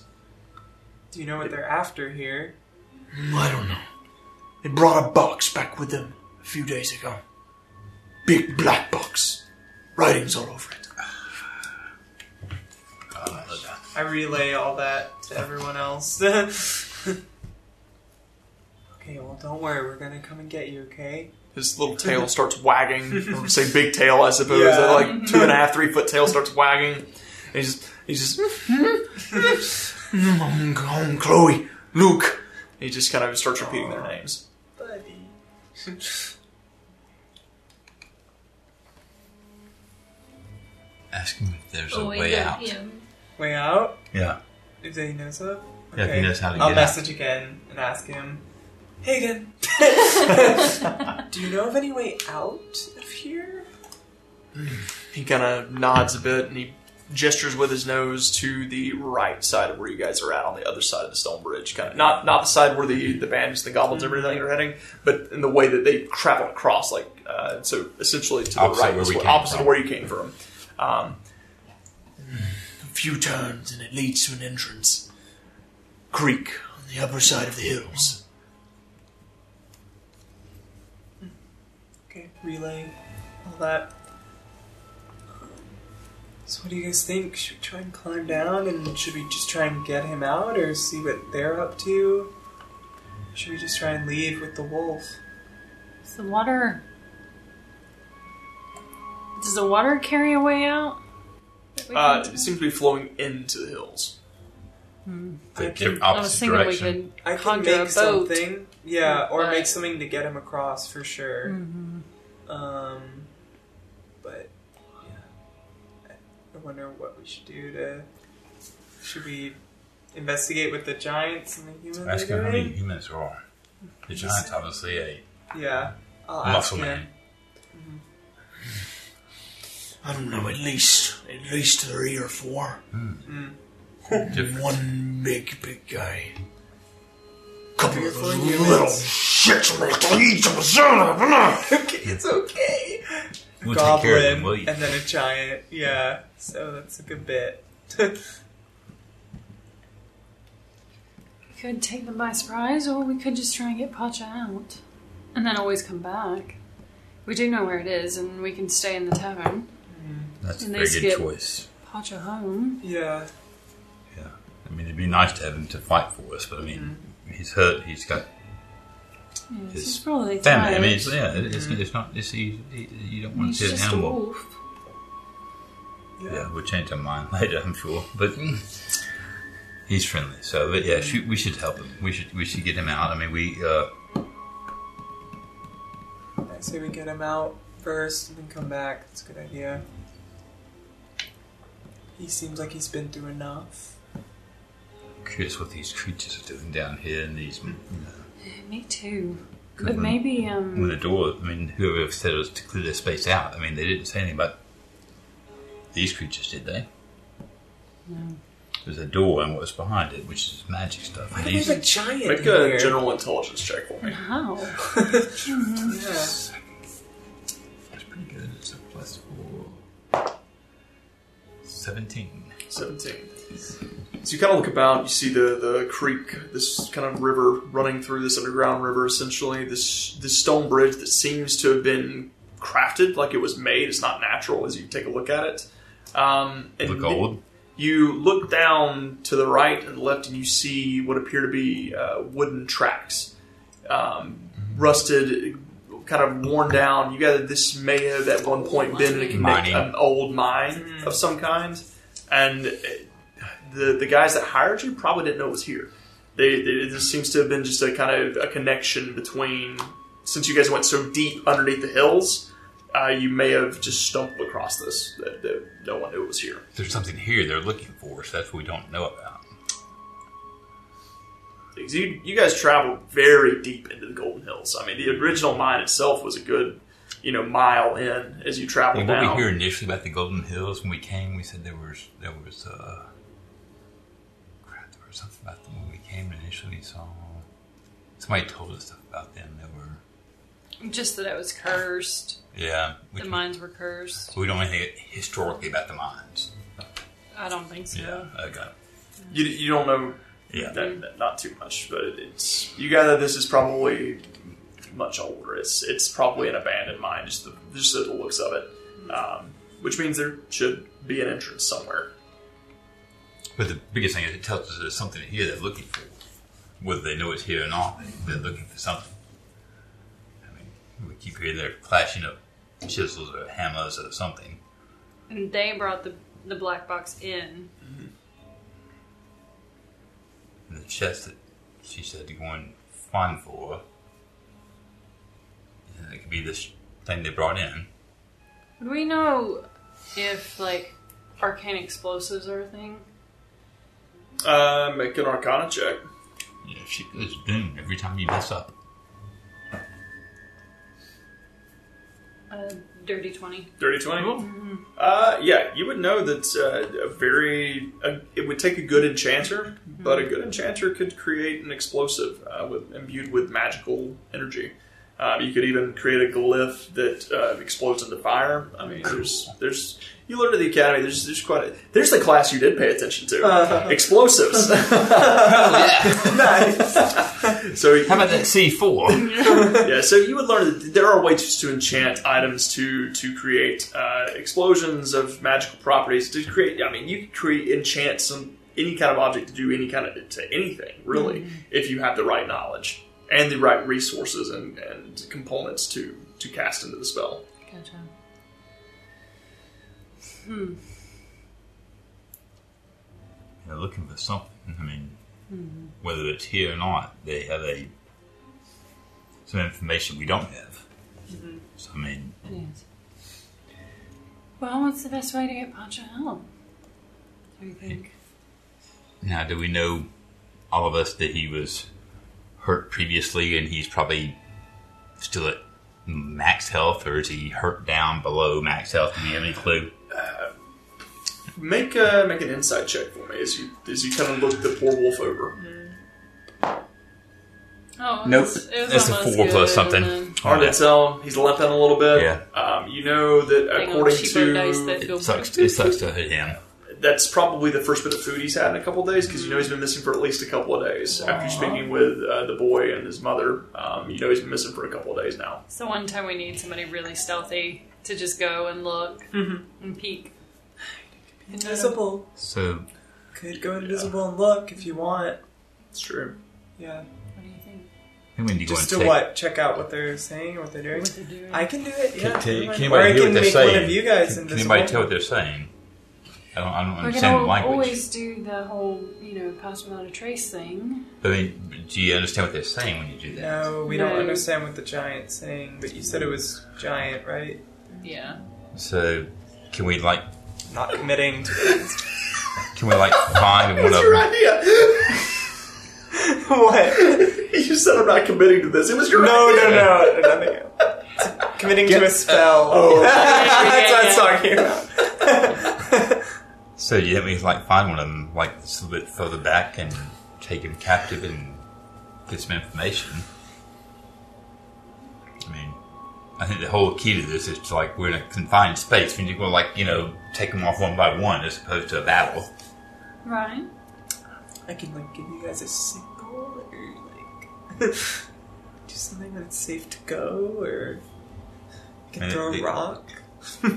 Speaker 5: Do you know what they're after here?
Speaker 2: Mm, I don't know. They brought a box back with them a few days ago. Big black box. Writings all over it.
Speaker 4: Uh,
Speaker 5: I relay all that to everyone else. okay, well, don't worry, we're gonna come and get you, okay?
Speaker 3: His little tail starts wagging. Or say big tail, I suppose.
Speaker 5: Yeah.
Speaker 3: That like two and a half, three foot tail starts wagging. And he's just, he's just,
Speaker 2: Mm, Home, home, Chloe, Luke.
Speaker 3: he just kind of starts repeating their names.
Speaker 5: Buddy.
Speaker 4: ask him if there's a
Speaker 1: Oh,
Speaker 4: way
Speaker 1: yeah,
Speaker 4: out. Yeah.
Speaker 1: him.
Speaker 5: Way out?
Speaker 4: Yeah.
Speaker 5: If they knows of?
Speaker 4: Yeah, if he knows how to
Speaker 5: I'll
Speaker 4: get out.
Speaker 5: message again and ask him, Hey again, do you know of any way out of here?
Speaker 3: He kind of nods a bit and he gestures with his nose to the right side of where you guys are at on the other side of the stone bridge. Kind of not not the side where the the bandits, the goblins,
Speaker 6: Mm-hmm.
Speaker 3: everything are heading, but in the way that they travel across. Like uh, so, essentially to the
Speaker 4: Opposite
Speaker 3: right,
Speaker 4: where
Speaker 3: is
Speaker 4: we
Speaker 3: where-
Speaker 4: came
Speaker 3: opposite
Speaker 4: from.
Speaker 3: of where you came from. Um,
Speaker 2: A few turns and it leads to an entrance. Creek on the upper side of the hills.
Speaker 5: Okay, relay, all that. Um, So, what do you guys think? Should we try and climb down and should we just try and get him out or see what they're up to? Should we just try and leave with the wolf?
Speaker 6: Does the water. Does the water carry a way out? That we
Speaker 3: uh,
Speaker 6: can-
Speaker 3: it seems to be flowing into the hills.
Speaker 4: The
Speaker 5: I
Speaker 4: di-
Speaker 5: can-
Speaker 6: I was
Speaker 4: opposite
Speaker 6: thinking
Speaker 4: direction.
Speaker 6: we could
Speaker 5: I can
Speaker 6: conjure a
Speaker 5: make
Speaker 6: boat.
Speaker 5: something. Yeah, or make
Speaker 6: Right.
Speaker 5: something to get him across for sure.
Speaker 6: Mm-hmm.
Speaker 5: Um, but yeah, I wonder what we should do to. Should we investigate with the giants and the humans? are
Speaker 4: Ask him how many
Speaker 5: doing?
Speaker 4: humans there are. The giant's obviously a
Speaker 5: Yeah, I'll ask
Speaker 4: muscle
Speaker 5: him.
Speaker 4: man.
Speaker 2: I don't know, at least, at least three or four.
Speaker 3: Hmm.
Speaker 4: Different.
Speaker 2: One big, big guy. Couple of
Speaker 5: Three or
Speaker 2: those
Speaker 5: four
Speaker 2: little
Speaker 5: humans.
Speaker 2: shits. little eats of a son of a-
Speaker 5: Okay, it's okay.
Speaker 4: We'll take care
Speaker 5: Goblin
Speaker 4: of them, will you?
Speaker 5: and then a giant. Yeah, so that's a good bit.
Speaker 6: We could take them by surprise, or we could just try and get Pacha out. And then always come back. We do know where it is, and we can stay in the tavern.
Speaker 4: That's a
Speaker 6: And they
Speaker 4: very
Speaker 6: skip.
Speaker 4: good choice.
Speaker 6: Pacha home.
Speaker 5: Yeah.
Speaker 4: Yeah. I mean, it'd be nice to have him to fight for us, but I mean, he's hurt. He's got
Speaker 6: Yes,
Speaker 4: His
Speaker 6: he's probably
Speaker 4: family. I
Speaker 6: tired.
Speaker 4: mean, it's, yeah, it- it's, it's not. It's, you, you don't want
Speaker 6: He's
Speaker 4: to see an
Speaker 6: just a
Speaker 4: animal.
Speaker 6: wolf.
Speaker 4: Yeah, we'll change our mind later, I'm sure. But mm, he's friendly, so but yeah, shoot, we should help him. We should we should get him out. I mean, we uh,
Speaker 5: I say we get him out first and then come back. That's a good idea. He seems like he's been through enough.
Speaker 4: curious what these creatures are doing down here in these. You know,
Speaker 6: Me too.
Speaker 4: Good
Speaker 6: But
Speaker 4: one.
Speaker 6: maybe
Speaker 4: when
Speaker 6: um,
Speaker 4: the door, I mean, whoever said it was to clear their space out. I mean, they didn't say anything about these creatures, did they?
Speaker 6: no.
Speaker 4: There's a door and what was behind it, which is magic stuff.
Speaker 5: I
Speaker 4: And
Speaker 5: think
Speaker 4: these,
Speaker 5: there's a giant
Speaker 3: Make
Speaker 5: in
Speaker 3: a
Speaker 5: here.
Speaker 3: general intelligence check for me.
Speaker 6: how?
Speaker 5: Yeah.
Speaker 4: it's pretty good. It's a plus four. Seventeen.
Speaker 3: 17. So you kind of look about, you see the, the creek, this kind of river running through this underground river, essentially. This, this stone bridge that seems to have been crafted, like it was made. It's not natural as you take a look at it. Um, and
Speaker 4: The gold.
Speaker 3: You look down to the right and the left, and you see what appear to be uh, wooden tracks, um, rusted, kind of worn down. You gather this may have at one point been a
Speaker 4: Mining.
Speaker 3: an old mine of some kind, and it- the the guys that hired you probably didn't know it was here. They, they it just seems to have been just a kind of a connection between since you guys went so deep underneath the hills. Uh, you may have just stumbled across this that, that no one knew it was here.
Speaker 4: There's something here they're looking for, so that's what we don't know about.
Speaker 3: Because you, you guys traveled very deep into the Golden Hills. I mean, the original mine itself was a good, you know, mile in as you traveled
Speaker 4: And what
Speaker 3: down.
Speaker 4: we hear initially about the Golden Hills when we came, we said there was there was uh, crap. There was something about them when we came and initially. saw somebody told us stuff about them. They were
Speaker 6: Just that it was cursed.
Speaker 4: yeah. We,
Speaker 6: The
Speaker 4: can-
Speaker 6: mines were cursed.
Speaker 4: we don't know anything historically about the mines.
Speaker 6: I don't think so.
Speaker 4: Yeah, I got it.
Speaker 3: you, you don't know
Speaker 4: Yeah,
Speaker 3: that, that- not too much, but it's you gather this is probably much older. It's it's probably an abandoned mine, just the just the looks of it, um, which means there should be an entrance somewhere.
Speaker 4: but the biggest thing is it tells us there's something here they're looking for, whether they know it's here or not. They're looking for something. I mean, we keep hearing they're clashing of chisels or hammers or something.
Speaker 6: And they brought the the black box in.
Speaker 4: in the chest that she said to go and find for. And it could be this thing they brought in.
Speaker 6: Would we know if like arcane explosives are a thing?
Speaker 3: Uh, make an Arcana check.
Speaker 4: Yeah, she goes boom every time you mess up.
Speaker 6: A dirty twenty.
Speaker 3: Dirty 20? Uh, yeah, you would know that uh, a very. A, it would take a good enchanter, but a good enchanter could create an explosive uh, with, imbued with magical energy. Um, you could even create a glyph that uh, explodes into fire. I mean, there's, there's. You learn at the academy. There's, there's quite. A, there's the class you did pay attention to. Explosives.
Speaker 5: nice.
Speaker 3: so you-
Speaker 4: How about that C four?
Speaker 3: yeah, so you would learn that there are ways to enchant items to to create uh, explosions of magical properties to create. I mean, you could create enchant some any kind of object to do any kind of to anything really
Speaker 6: Mm-hmm.
Speaker 3: if you have the right knowledge and the right resources and, and components to to cast into the spell.
Speaker 6: Gotcha.
Speaker 4: They're looking for something. I mean, whether it's here or not, they have a some information we don't have. So I mean,
Speaker 6: Yes. Well, what's the best way to get Pacha help? Do you think?
Speaker 4: now do we know all of us that he was hurt previously and he's probably still at max health or is he hurt down below max health? Do we have any clue?
Speaker 3: Make a, make an insight check for me as you as you kind of look the poor wolf over.
Speaker 6: Oh,
Speaker 4: Nope.
Speaker 6: it's- it was
Speaker 4: That's a
Speaker 6: almost
Speaker 4: four plus
Speaker 6: good,
Speaker 4: something.
Speaker 6: and
Speaker 3: Hard to tell. He's limping a little bit.
Speaker 4: Yeah.
Speaker 3: Um, you know that
Speaker 6: Hang on,
Speaker 3: according
Speaker 6: cheaper
Speaker 3: to
Speaker 6: dice that-
Speaker 4: It sucks. It sucks to hit him.
Speaker 3: that's probably the first bit of food he's had in a couple of days because you know he's been missing for at least a couple of days. After speaking with uh, the boy and his mother, um, you know he's been missing for a couple of days now.
Speaker 1: So one time we need somebody really stealthy to just go and look
Speaker 6: Mm-hmm.
Speaker 1: and peek.
Speaker 5: Invisible.
Speaker 4: So,
Speaker 5: Could go invisible and look if you want.
Speaker 3: It's true.
Speaker 5: Yeah.
Speaker 6: What do you think?
Speaker 4: I think we need to
Speaker 5: Just
Speaker 4: go
Speaker 5: to
Speaker 4: and take,
Speaker 5: what? Check out what they're saying or what they're doing.
Speaker 6: What they're doing?
Speaker 5: I can do it.
Speaker 4: Can,
Speaker 5: Yeah. never
Speaker 4: can-
Speaker 5: mind.
Speaker 4: can
Speaker 5: or I
Speaker 4: anybody hear
Speaker 5: can
Speaker 4: what they're
Speaker 5: make
Speaker 4: saying?
Speaker 5: one of you guys
Speaker 4: can, can
Speaker 5: invisible.
Speaker 4: anybody tell what they're saying? I don't, I don't
Speaker 6: We're
Speaker 4: understand
Speaker 6: gonna
Speaker 4: the language.
Speaker 6: always do the whole, you know, pass without a trace thing.
Speaker 4: I mean, do you understand what they're saying when you do that?
Speaker 5: No, we
Speaker 6: No.
Speaker 5: don't understand what the giant's saying, but you said it was giant, right?
Speaker 1: Yeah.
Speaker 4: So, can we like,
Speaker 5: Not committing to things.
Speaker 4: can we like find one of
Speaker 3: It's your
Speaker 4: them?
Speaker 3: idea.
Speaker 5: what?
Speaker 3: you said I'm not committing to this. It was your
Speaker 5: No,
Speaker 3: idea.
Speaker 5: no, no, nothing else. Committing
Speaker 4: uh,
Speaker 5: to a spell.
Speaker 3: Oh.
Speaker 5: That's what I'm
Speaker 1: Yeah,
Speaker 5: talking about.
Speaker 4: So, do you think we can like find one of them like just a little bit further back and take him captive and get some information? I mean, I think the whole key to this is to like we're in a confined space. We need to go like you know take them off one by one as opposed to a battle.
Speaker 6: Right.
Speaker 5: I can like give you guys a signal or like do something when it's safe to go or I can
Speaker 4: Uh,
Speaker 5: throw a
Speaker 4: the-
Speaker 5: rock.
Speaker 4: But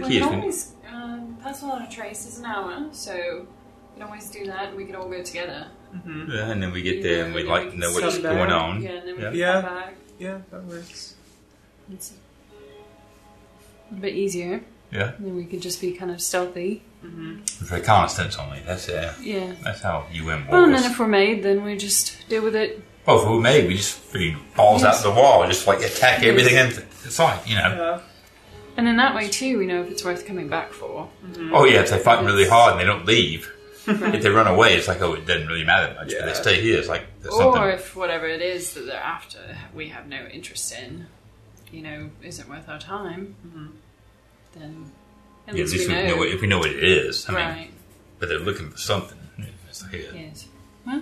Speaker 6: We can
Speaker 4: key is we,
Speaker 6: always uh, pass without a trace is an hour, so we can always do that, and we could all go together.
Speaker 5: Mm-hmm.
Speaker 4: yeah, and then we get there and we
Speaker 6: Yeah,
Speaker 4: like
Speaker 6: can
Speaker 4: know what's
Speaker 6: see
Speaker 5: back.
Speaker 4: going
Speaker 6: that.
Speaker 4: on.
Speaker 6: Yeah, and then we can
Speaker 5: Yeah.
Speaker 6: come back.
Speaker 5: Yeah, that works.
Speaker 6: It's a bit easier.
Speaker 4: Yeah.
Speaker 6: And then we could just be kind of stealthy.
Speaker 4: It's reconnaissance only. That's it.
Speaker 6: Yeah.
Speaker 4: That's how UN
Speaker 6: Well, and
Speaker 4: works.
Speaker 6: then if we're made, then we just deal with it.
Speaker 4: Well, if we were made, we just freaking balls
Speaker 6: Yes.
Speaker 4: out the wall, just like attack everything in the sight, you know.
Speaker 5: Yeah.
Speaker 6: And in that way, too, we know if it's worth coming back for.
Speaker 4: Oh yeah, if they fight really hard and they don't leave, if they run away, it's like oh, it doesn't really matter much. But
Speaker 3: Yeah.
Speaker 4: they stay here, it's like there's
Speaker 1: Or
Speaker 4: something.
Speaker 1: if whatever it is that they're after, we have no interest in, you know, isn't worth our time,
Speaker 6: Mm-hmm.
Speaker 1: then at
Speaker 4: Yeah, at
Speaker 1: least,
Speaker 4: least
Speaker 1: we know.
Speaker 4: what, if we know what it is. I mean,
Speaker 1: right.
Speaker 4: but they're looking for something. It's like, yeah.
Speaker 6: Yes. Well,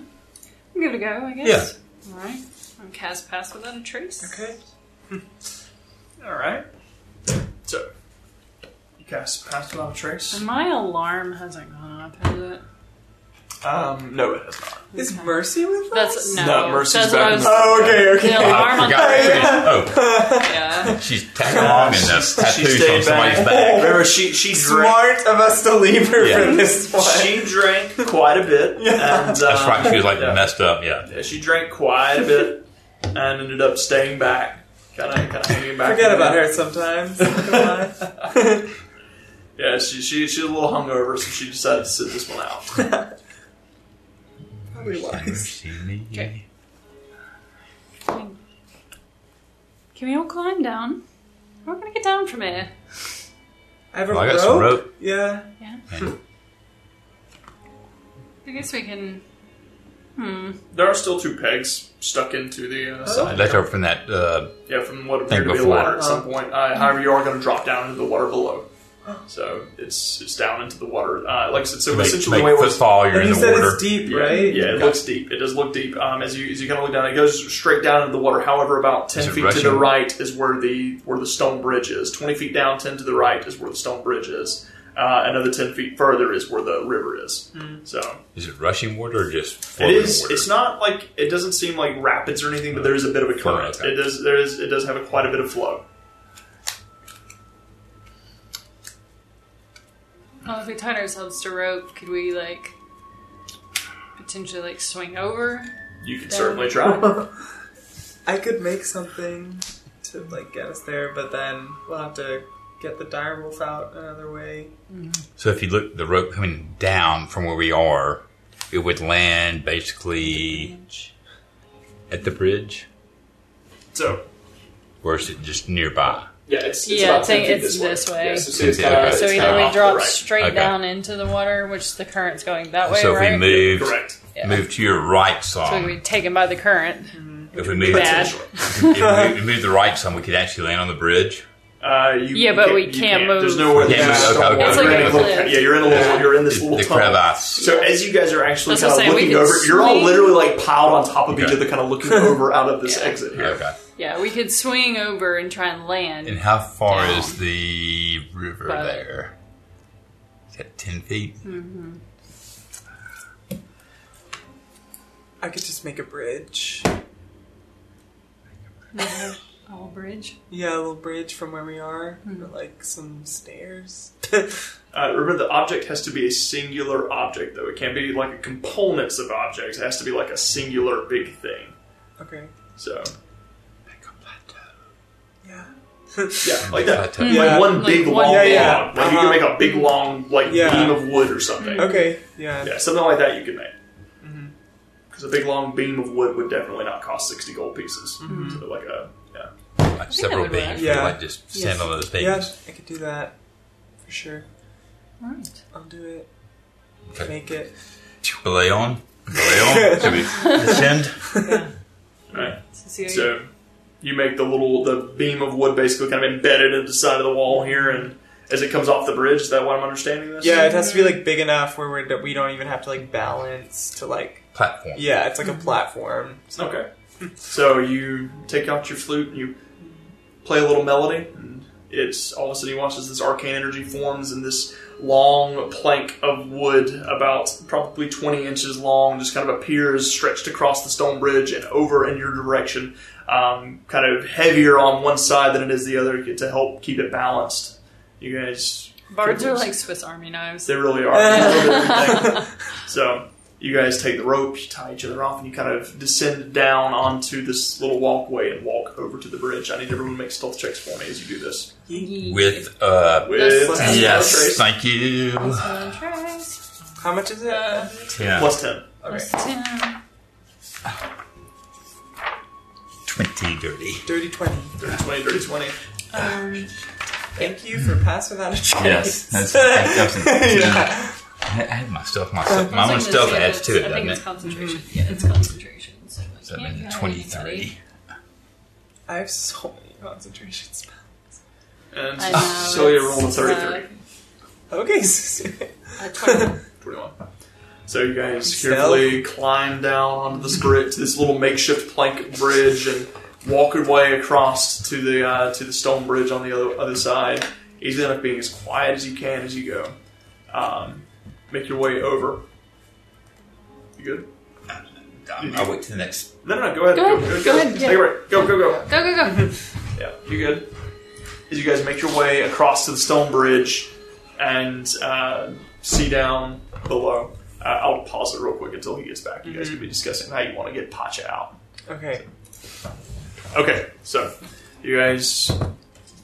Speaker 6: we'll give it a go, I guess. Yeah. All right.
Speaker 1: And Cast pass without a trace.
Speaker 5: Okay.
Speaker 3: All right. So you cast pass without a trace.
Speaker 6: And my alarm hasn't gone off, has it?
Speaker 3: Um, no, it has not.
Speaker 5: Is Mercy with us?
Speaker 1: That's no.
Speaker 3: No, Mercy's
Speaker 1: that's
Speaker 3: back
Speaker 1: what I
Speaker 3: in
Speaker 1: was-
Speaker 3: the-
Speaker 5: Oh, okay, okay.
Speaker 1: The alarm on
Speaker 4: Forgot
Speaker 1: the
Speaker 4: what she did.
Speaker 1: yeah.
Speaker 4: Oh, she's tagging along and that's tattoos on
Speaker 3: stayed
Speaker 4: somebody's
Speaker 3: back.
Speaker 4: back.
Speaker 3: Remember, she she drank.
Speaker 5: Smart of us to leave her
Speaker 4: Yeah.
Speaker 5: for this one.
Speaker 3: She drank quite a bit.
Speaker 5: Yeah.
Speaker 3: And,
Speaker 4: That's
Speaker 3: um,
Speaker 4: right. She was like
Speaker 3: yeah.
Speaker 4: messed up. Yeah.
Speaker 3: Yeah, she drank quite a bit and ended up staying back. Kind of, kind of hanging back.
Speaker 5: Forget about her sometimes. Come
Speaker 3: Yeah, she, she she's a little hungover, so she decided to sit this one out.
Speaker 5: on. Probably wise.
Speaker 4: Mercy me.
Speaker 6: Okay. Can we all climb down? We're going to get down from here.
Speaker 5: I have a
Speaker 4: Well, Oh, I got some rope.
Speaker 5: Yeah.
Speaker 6: I guess we can. Hmm.
Speaker 3: There are still two pegs stuck into the uh,
Speaker 4: So I
Speaker 3: side.
Speaker 4: let her from that. Uh,
Speaker 3: Yeah, from what appeared to be a
Speaker 4: before.
Speaker 3: ladder at some point. Uh, however, you are going to drop down into the water below. So it's it's down into the water. Uh, like I said, so
Speaker 4: make,
Speaker 3: essentially the
Speaker 4: make
Speaker 3: way it was
Speaker 4: footfall. You're
Speaker 5: And
Speaker 4: in
Speaker 5: you
Speaker 4: the
Speaker 5: said
Speaker 4: water.
Speaker 5: it's deep,
Speaker 3: Yeah,
Speaker 5: right?
Speaker 3: yeah, it looks deep. It does look deep. Um, as you as you kind of look down, it goes straight down into the water. However, about ten
Speaker 4: Is it
Speaker 3: feet to
Speaker 4: rushing?
Speaker 3: the right is where the where the stone bridge is. Twenty feet down, ten to the right is where the stone bridge is. Uh, another ten feet further is where the river is. So
Speaker 4: Is it rushing water or just
Speaker 3: it
Speaker 4: flowing
Speaker 3: is.
Speaker 4: water?
Speaker 3: It's not like it doesn't seem like rapids or anything, but there is a bit of a
Speaker 4: Flow,
Speaker 3: current.
Speaker 4: okay.
Speaker 3: It does. There is. It does have a, quite a bit of flow.
Speaker 1: Well, if we tied ourselves to rope, could we like potentially like swing over?
Speaker 3: You can
Speaker 1: Yeah.
Speaker 3: certainly try.
Speaker 5: I could make something to like get us there, but then we'll have to get the direwolf out another way.
Speaker 4: So if you look the rope coming down from where we are, it would land basically at the bridge,
Speaker 3: so
Speaker 4: or is it just nearby?
Speaker 3: yeah, it's, it's
Speaker 1: Yeah,
Speaker 3: about
Speaker 1: I think
Speaker 3: 10 feet
Speaker 1: it's this way.
Speaker 3: Yeah, so see, it's
Speaker 4: Okay,
Speaker 3: kinda-
Speaker 4: okay.
Speaker 3: it's
Speaker 1: So
Speaker 3: kinda
Speaker 1: either we
Speaker 3: off the
Speaker 1: drop
Speaker 3: right.
Speaker 1: straight
Speaker 4: Okay.
Speaker 1: down into the water, which the current's going that way,
Speaker 4: so if we
Speaker 1: right?
Speaker 4: move
Speaker 3: Correct.
Speaker 1: Yeah.
Speaker 4: move to your right
Speaker 1: so
Speaker 4: some,
Speaker 1: we'd be taken by the current.
Speaker 4: if we move
Speaker 1: bad.
Speaker 3: Potentially.
Speaker 4: if we move, move the right some, we could actually land on the bridge.
Speaker 3: Uh, you,
Speaker 1: Yeah,
Speaker 3: you
Speaker 1: but we
Speaker 3: you
Speaker 1: can't move.
Speaker 3: There's nowhere.
Speaker 4: Yeah,
Speaker 3: there's
Speaker 4: okay,
Speaker 3: no-
Speaker 4: okay,
Speaker 1: It's okay. like a
Speaker 3: you're in little-
Speaker 1: cliff.
Speaker 3: Yeah, you're in a little. You're in this
Speaker 4: The,
Speaker 3: little
Speaker 4: the
Speaker 3: tunnel.
Speaker 4: crevasse.
Speaker 3: So as you guys are actually
Speaker 1: That's
Speaker 3: kind
Speaker 1: what
Speaker 3: of
Speaker 1: I'm saying, we
Speaker 3: looking
Speaker 1: could
Speaker 3: over, you're all
Speaker 1: swing.
Speaker 3: literally like piled on top of each
Speaker 4: Okay.
Speaker 3: other, kind of looking over out of this
Speaker 1: Yeah.
Speaker 3: exit here.
Speaker 4: Okay.
Speaker 1: Yeah, we could swing over and try and land.
Speaker 4: And how far
Speaker 1: Down.
Speaker 4: is the river
Speaker 1: But-
Speaker 4: there? It's got 10 feet.
Speaker 1: Hmm.
Speaker 5: I could just make a bridge.
Speaker 6: Another owl bridge.
Speaker 5: Yeah, a little bridge from where we are, or like some stairs.
Speaker 3: Uh, remember, the object has to be a singular object, though. It can't be like a components of objects. It has to be like a singular big thing.
Speaker 5: okay.
Speaker 3: So
Speaker 5: Yeah.
Speaker 3: yeah, like that,
Speaker 4: Plateau.
Speaker 3: like
Speaker 5: Yeah.
Speaker 3: one big
Speaker 1: Like one-
Speaker 3: long
Speaker 5: Yeah, yeah.
Speaker 3: log. Like you can
Speaker 5: Uh-huh.
Speaker 3: make a big long like
Speaker 5: Yeah.
Speaker 3: beam of wood or something.
Speaker 5: Okay. Mm-hmm. Yeah.
Speaker 3: Yeah, something like that you could make. Because a big long beam of wood would definitely not cost sixty gold pieces.
Speaker 5: Mm-hmm.
Speaker 3: So like a yeah.
Speaker 4: Like several
Speaker 1: would work.
Speaker 4: beams.
Speaker 5: Yeah.
Speaker 4: Like just
Speaker 6: Yes.
Speaker 4: several of those beams.
Speaker 5: Yeah, I could do that for sure.
Speaker 6: All right.
Speaker 5: I'll do it.
Speaker 4: Okay.
Speaker 5: Make it.
Speaker 4: Belay on. Belay on. Should we descend?
Speaker 5: Mm-hmm.
Speaker 3: Right.
Speaker 6: Cecilia.
Speaker 3: So you make the little the beam of wood basically kind of embedded into the side of the wall here, and as it comes off the bridge, is that what I'm understanding this?
Speaker 5: Yeah, it has to be like big enough where we're, that we don't even have to like balance to like.
Speaker 4: Platform.
Speaker 5: Yeah, it's like a platform. So
Speaker 3: Okay. So you take out your flute and you play a little melody, and it's all of a sudden you watch as this arcane energy forms in this long plank of wood, about probably 20 inches long, just kind of appears stretched across the stone bridge and over in your direction, um, kind of heavier on one side than it is the other to help keep it balanced. You guys.
Speaker 1: Bards are like Swiss Army knives.
Speaker 3: They really are. They love everything. so you guys take the rope, you tie each other off, and you kind of descend down onto this little walkway and walk over to the bridge. I need everyone to make stealth checks for me as you do this.
Speaker 4: With, uh,
Speaker 3: With
Speaker 1: Yes.
Speaker 3: plus
Speaker 4: yes,
Speaker 3: trace,
Speaker 4: thank you.
Speaker 5: how much is it?
Speaker 4: Ten.
Speaker 3: plus ten.
Speaker 5: okay.
Speaker 4: Twenty dirty.
Speaker 5: Dirty twenty.
Speaker 3: 30, 20, 30, 20.
Speaker 1: Um,
Speaker 5: Thank you for pass without a chance.
Speaker 4: Yes, that's, that's, that's
Speaker 5: yeah.
Speaker 4: I I have my stuff, my stuff, my own stuff adds to it,
Speaker 1: I think
Speaker 4: doesn't
Speaker 1: it's
Speaker 4: it?
Speaker 1: concentration. Yeah, it's concentration. So like,
Speaker 4: So
Speaker 1: yeah,
Speaker 4: I'm
Speaker 1: you
Speaker 4: in
Speaker 1: have
Speaker 4: twenty-three.
Speaker 5: I have so many concentration spells.
Speaker 3: And
Speaker 1: I know,
Speaker 3: Celia
Speaker 1: it's,
Speaker 3: rolled a 30,
Speaker 1: uh,
Speaker 3: 30,
Speaker 5: Okay. so-
Speaker 1: anybody. A 21.
Speaker 3: 21. So you guys
Speaker 5: Stealth.
Speaker 3: carefully climb down onto this bridge, this little makeshift plank bridge, and walk your way across to the uh, to the stone bridge on the other other side. You end up being as quiet as you can as you go. Um, make your way over. You good?
Speaker 4: I'll wait to the next.
Speaker 3: No, no, no. Go ahead.
Speaker 1: Go
Speaker 3: Go,
Speaker 1: ahead,
Speaker 3: go,
Speaker 1: go ahead, yeah.
Speaker 3: Take a break. Go, go, go.
Speaker 1: Go, go, go.
Speaker 3: Yeah, you good? As you guys make your way across to the stone bridge and uh, see down below, uh, I'll pause it real quick until he gets back. You guys can be discussing how you want to get Pacha out.
Speaker 5: Okay.
Speaker 3: Okay, so you guys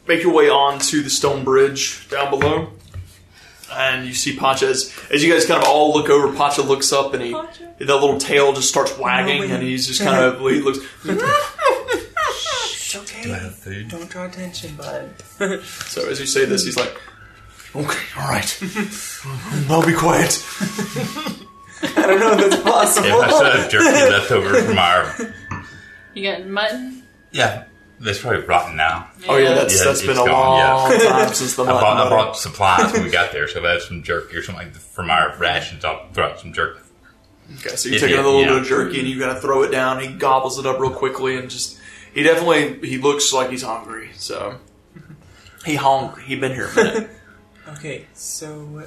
Speaker 3: make your way on to the stone bridge down below, and you see Pacha as, as you guys kind of all look over. Pacha looks up and he
Speaker 5: Pacha?
Speaker 3: that little tail just starts wagging, and he's just kind of he looks.
Speaker 5: It's
Speaker 4: Do I
Speaker 5: okay.
Speaker 4: have food?
Speaker 5: Don't draw attention, bud.
Speaker 3: So as you say this, he's like,
Speaker 2: Okay, all right. I'll be quiet.
Speaker 5: I don't know if that's
Speaker 4: If I
Speaker 5: possible.
Speaker 4: still have jerky left over from our,
Speaker 1: You got mutton?
Speaker 4: yeah, that's probably rotten now.
Speaker 3: "Oh yeah, that's
Speaker 4: Yeah,
Speaker 2: that's
Speaker 4: it's
Speaker 2: been a
Speaker 4: gone,
Speaker 2: long time since the
Speaker 4: I
Speaker 2: mutton
Speaker 4: bought, I
Speaker 2: butter.
Speaker 4: bought supplies when we got there, so if I have some jerky or something like that from our rations. I'll throw out some jerky.
Speaker 3: Okay, so you
Speaker 4: If
Speaker 3: take
Speaker 4: you-
Speaker 3: another little
Speaker 4: yeah.
Speaker 3: bit of jerky and you gotta throw it down. He gobbles it up real quickly and just he definitely he looks like he's hungry. So he hungry. He been here a minute.
Speaker 5: Okay, so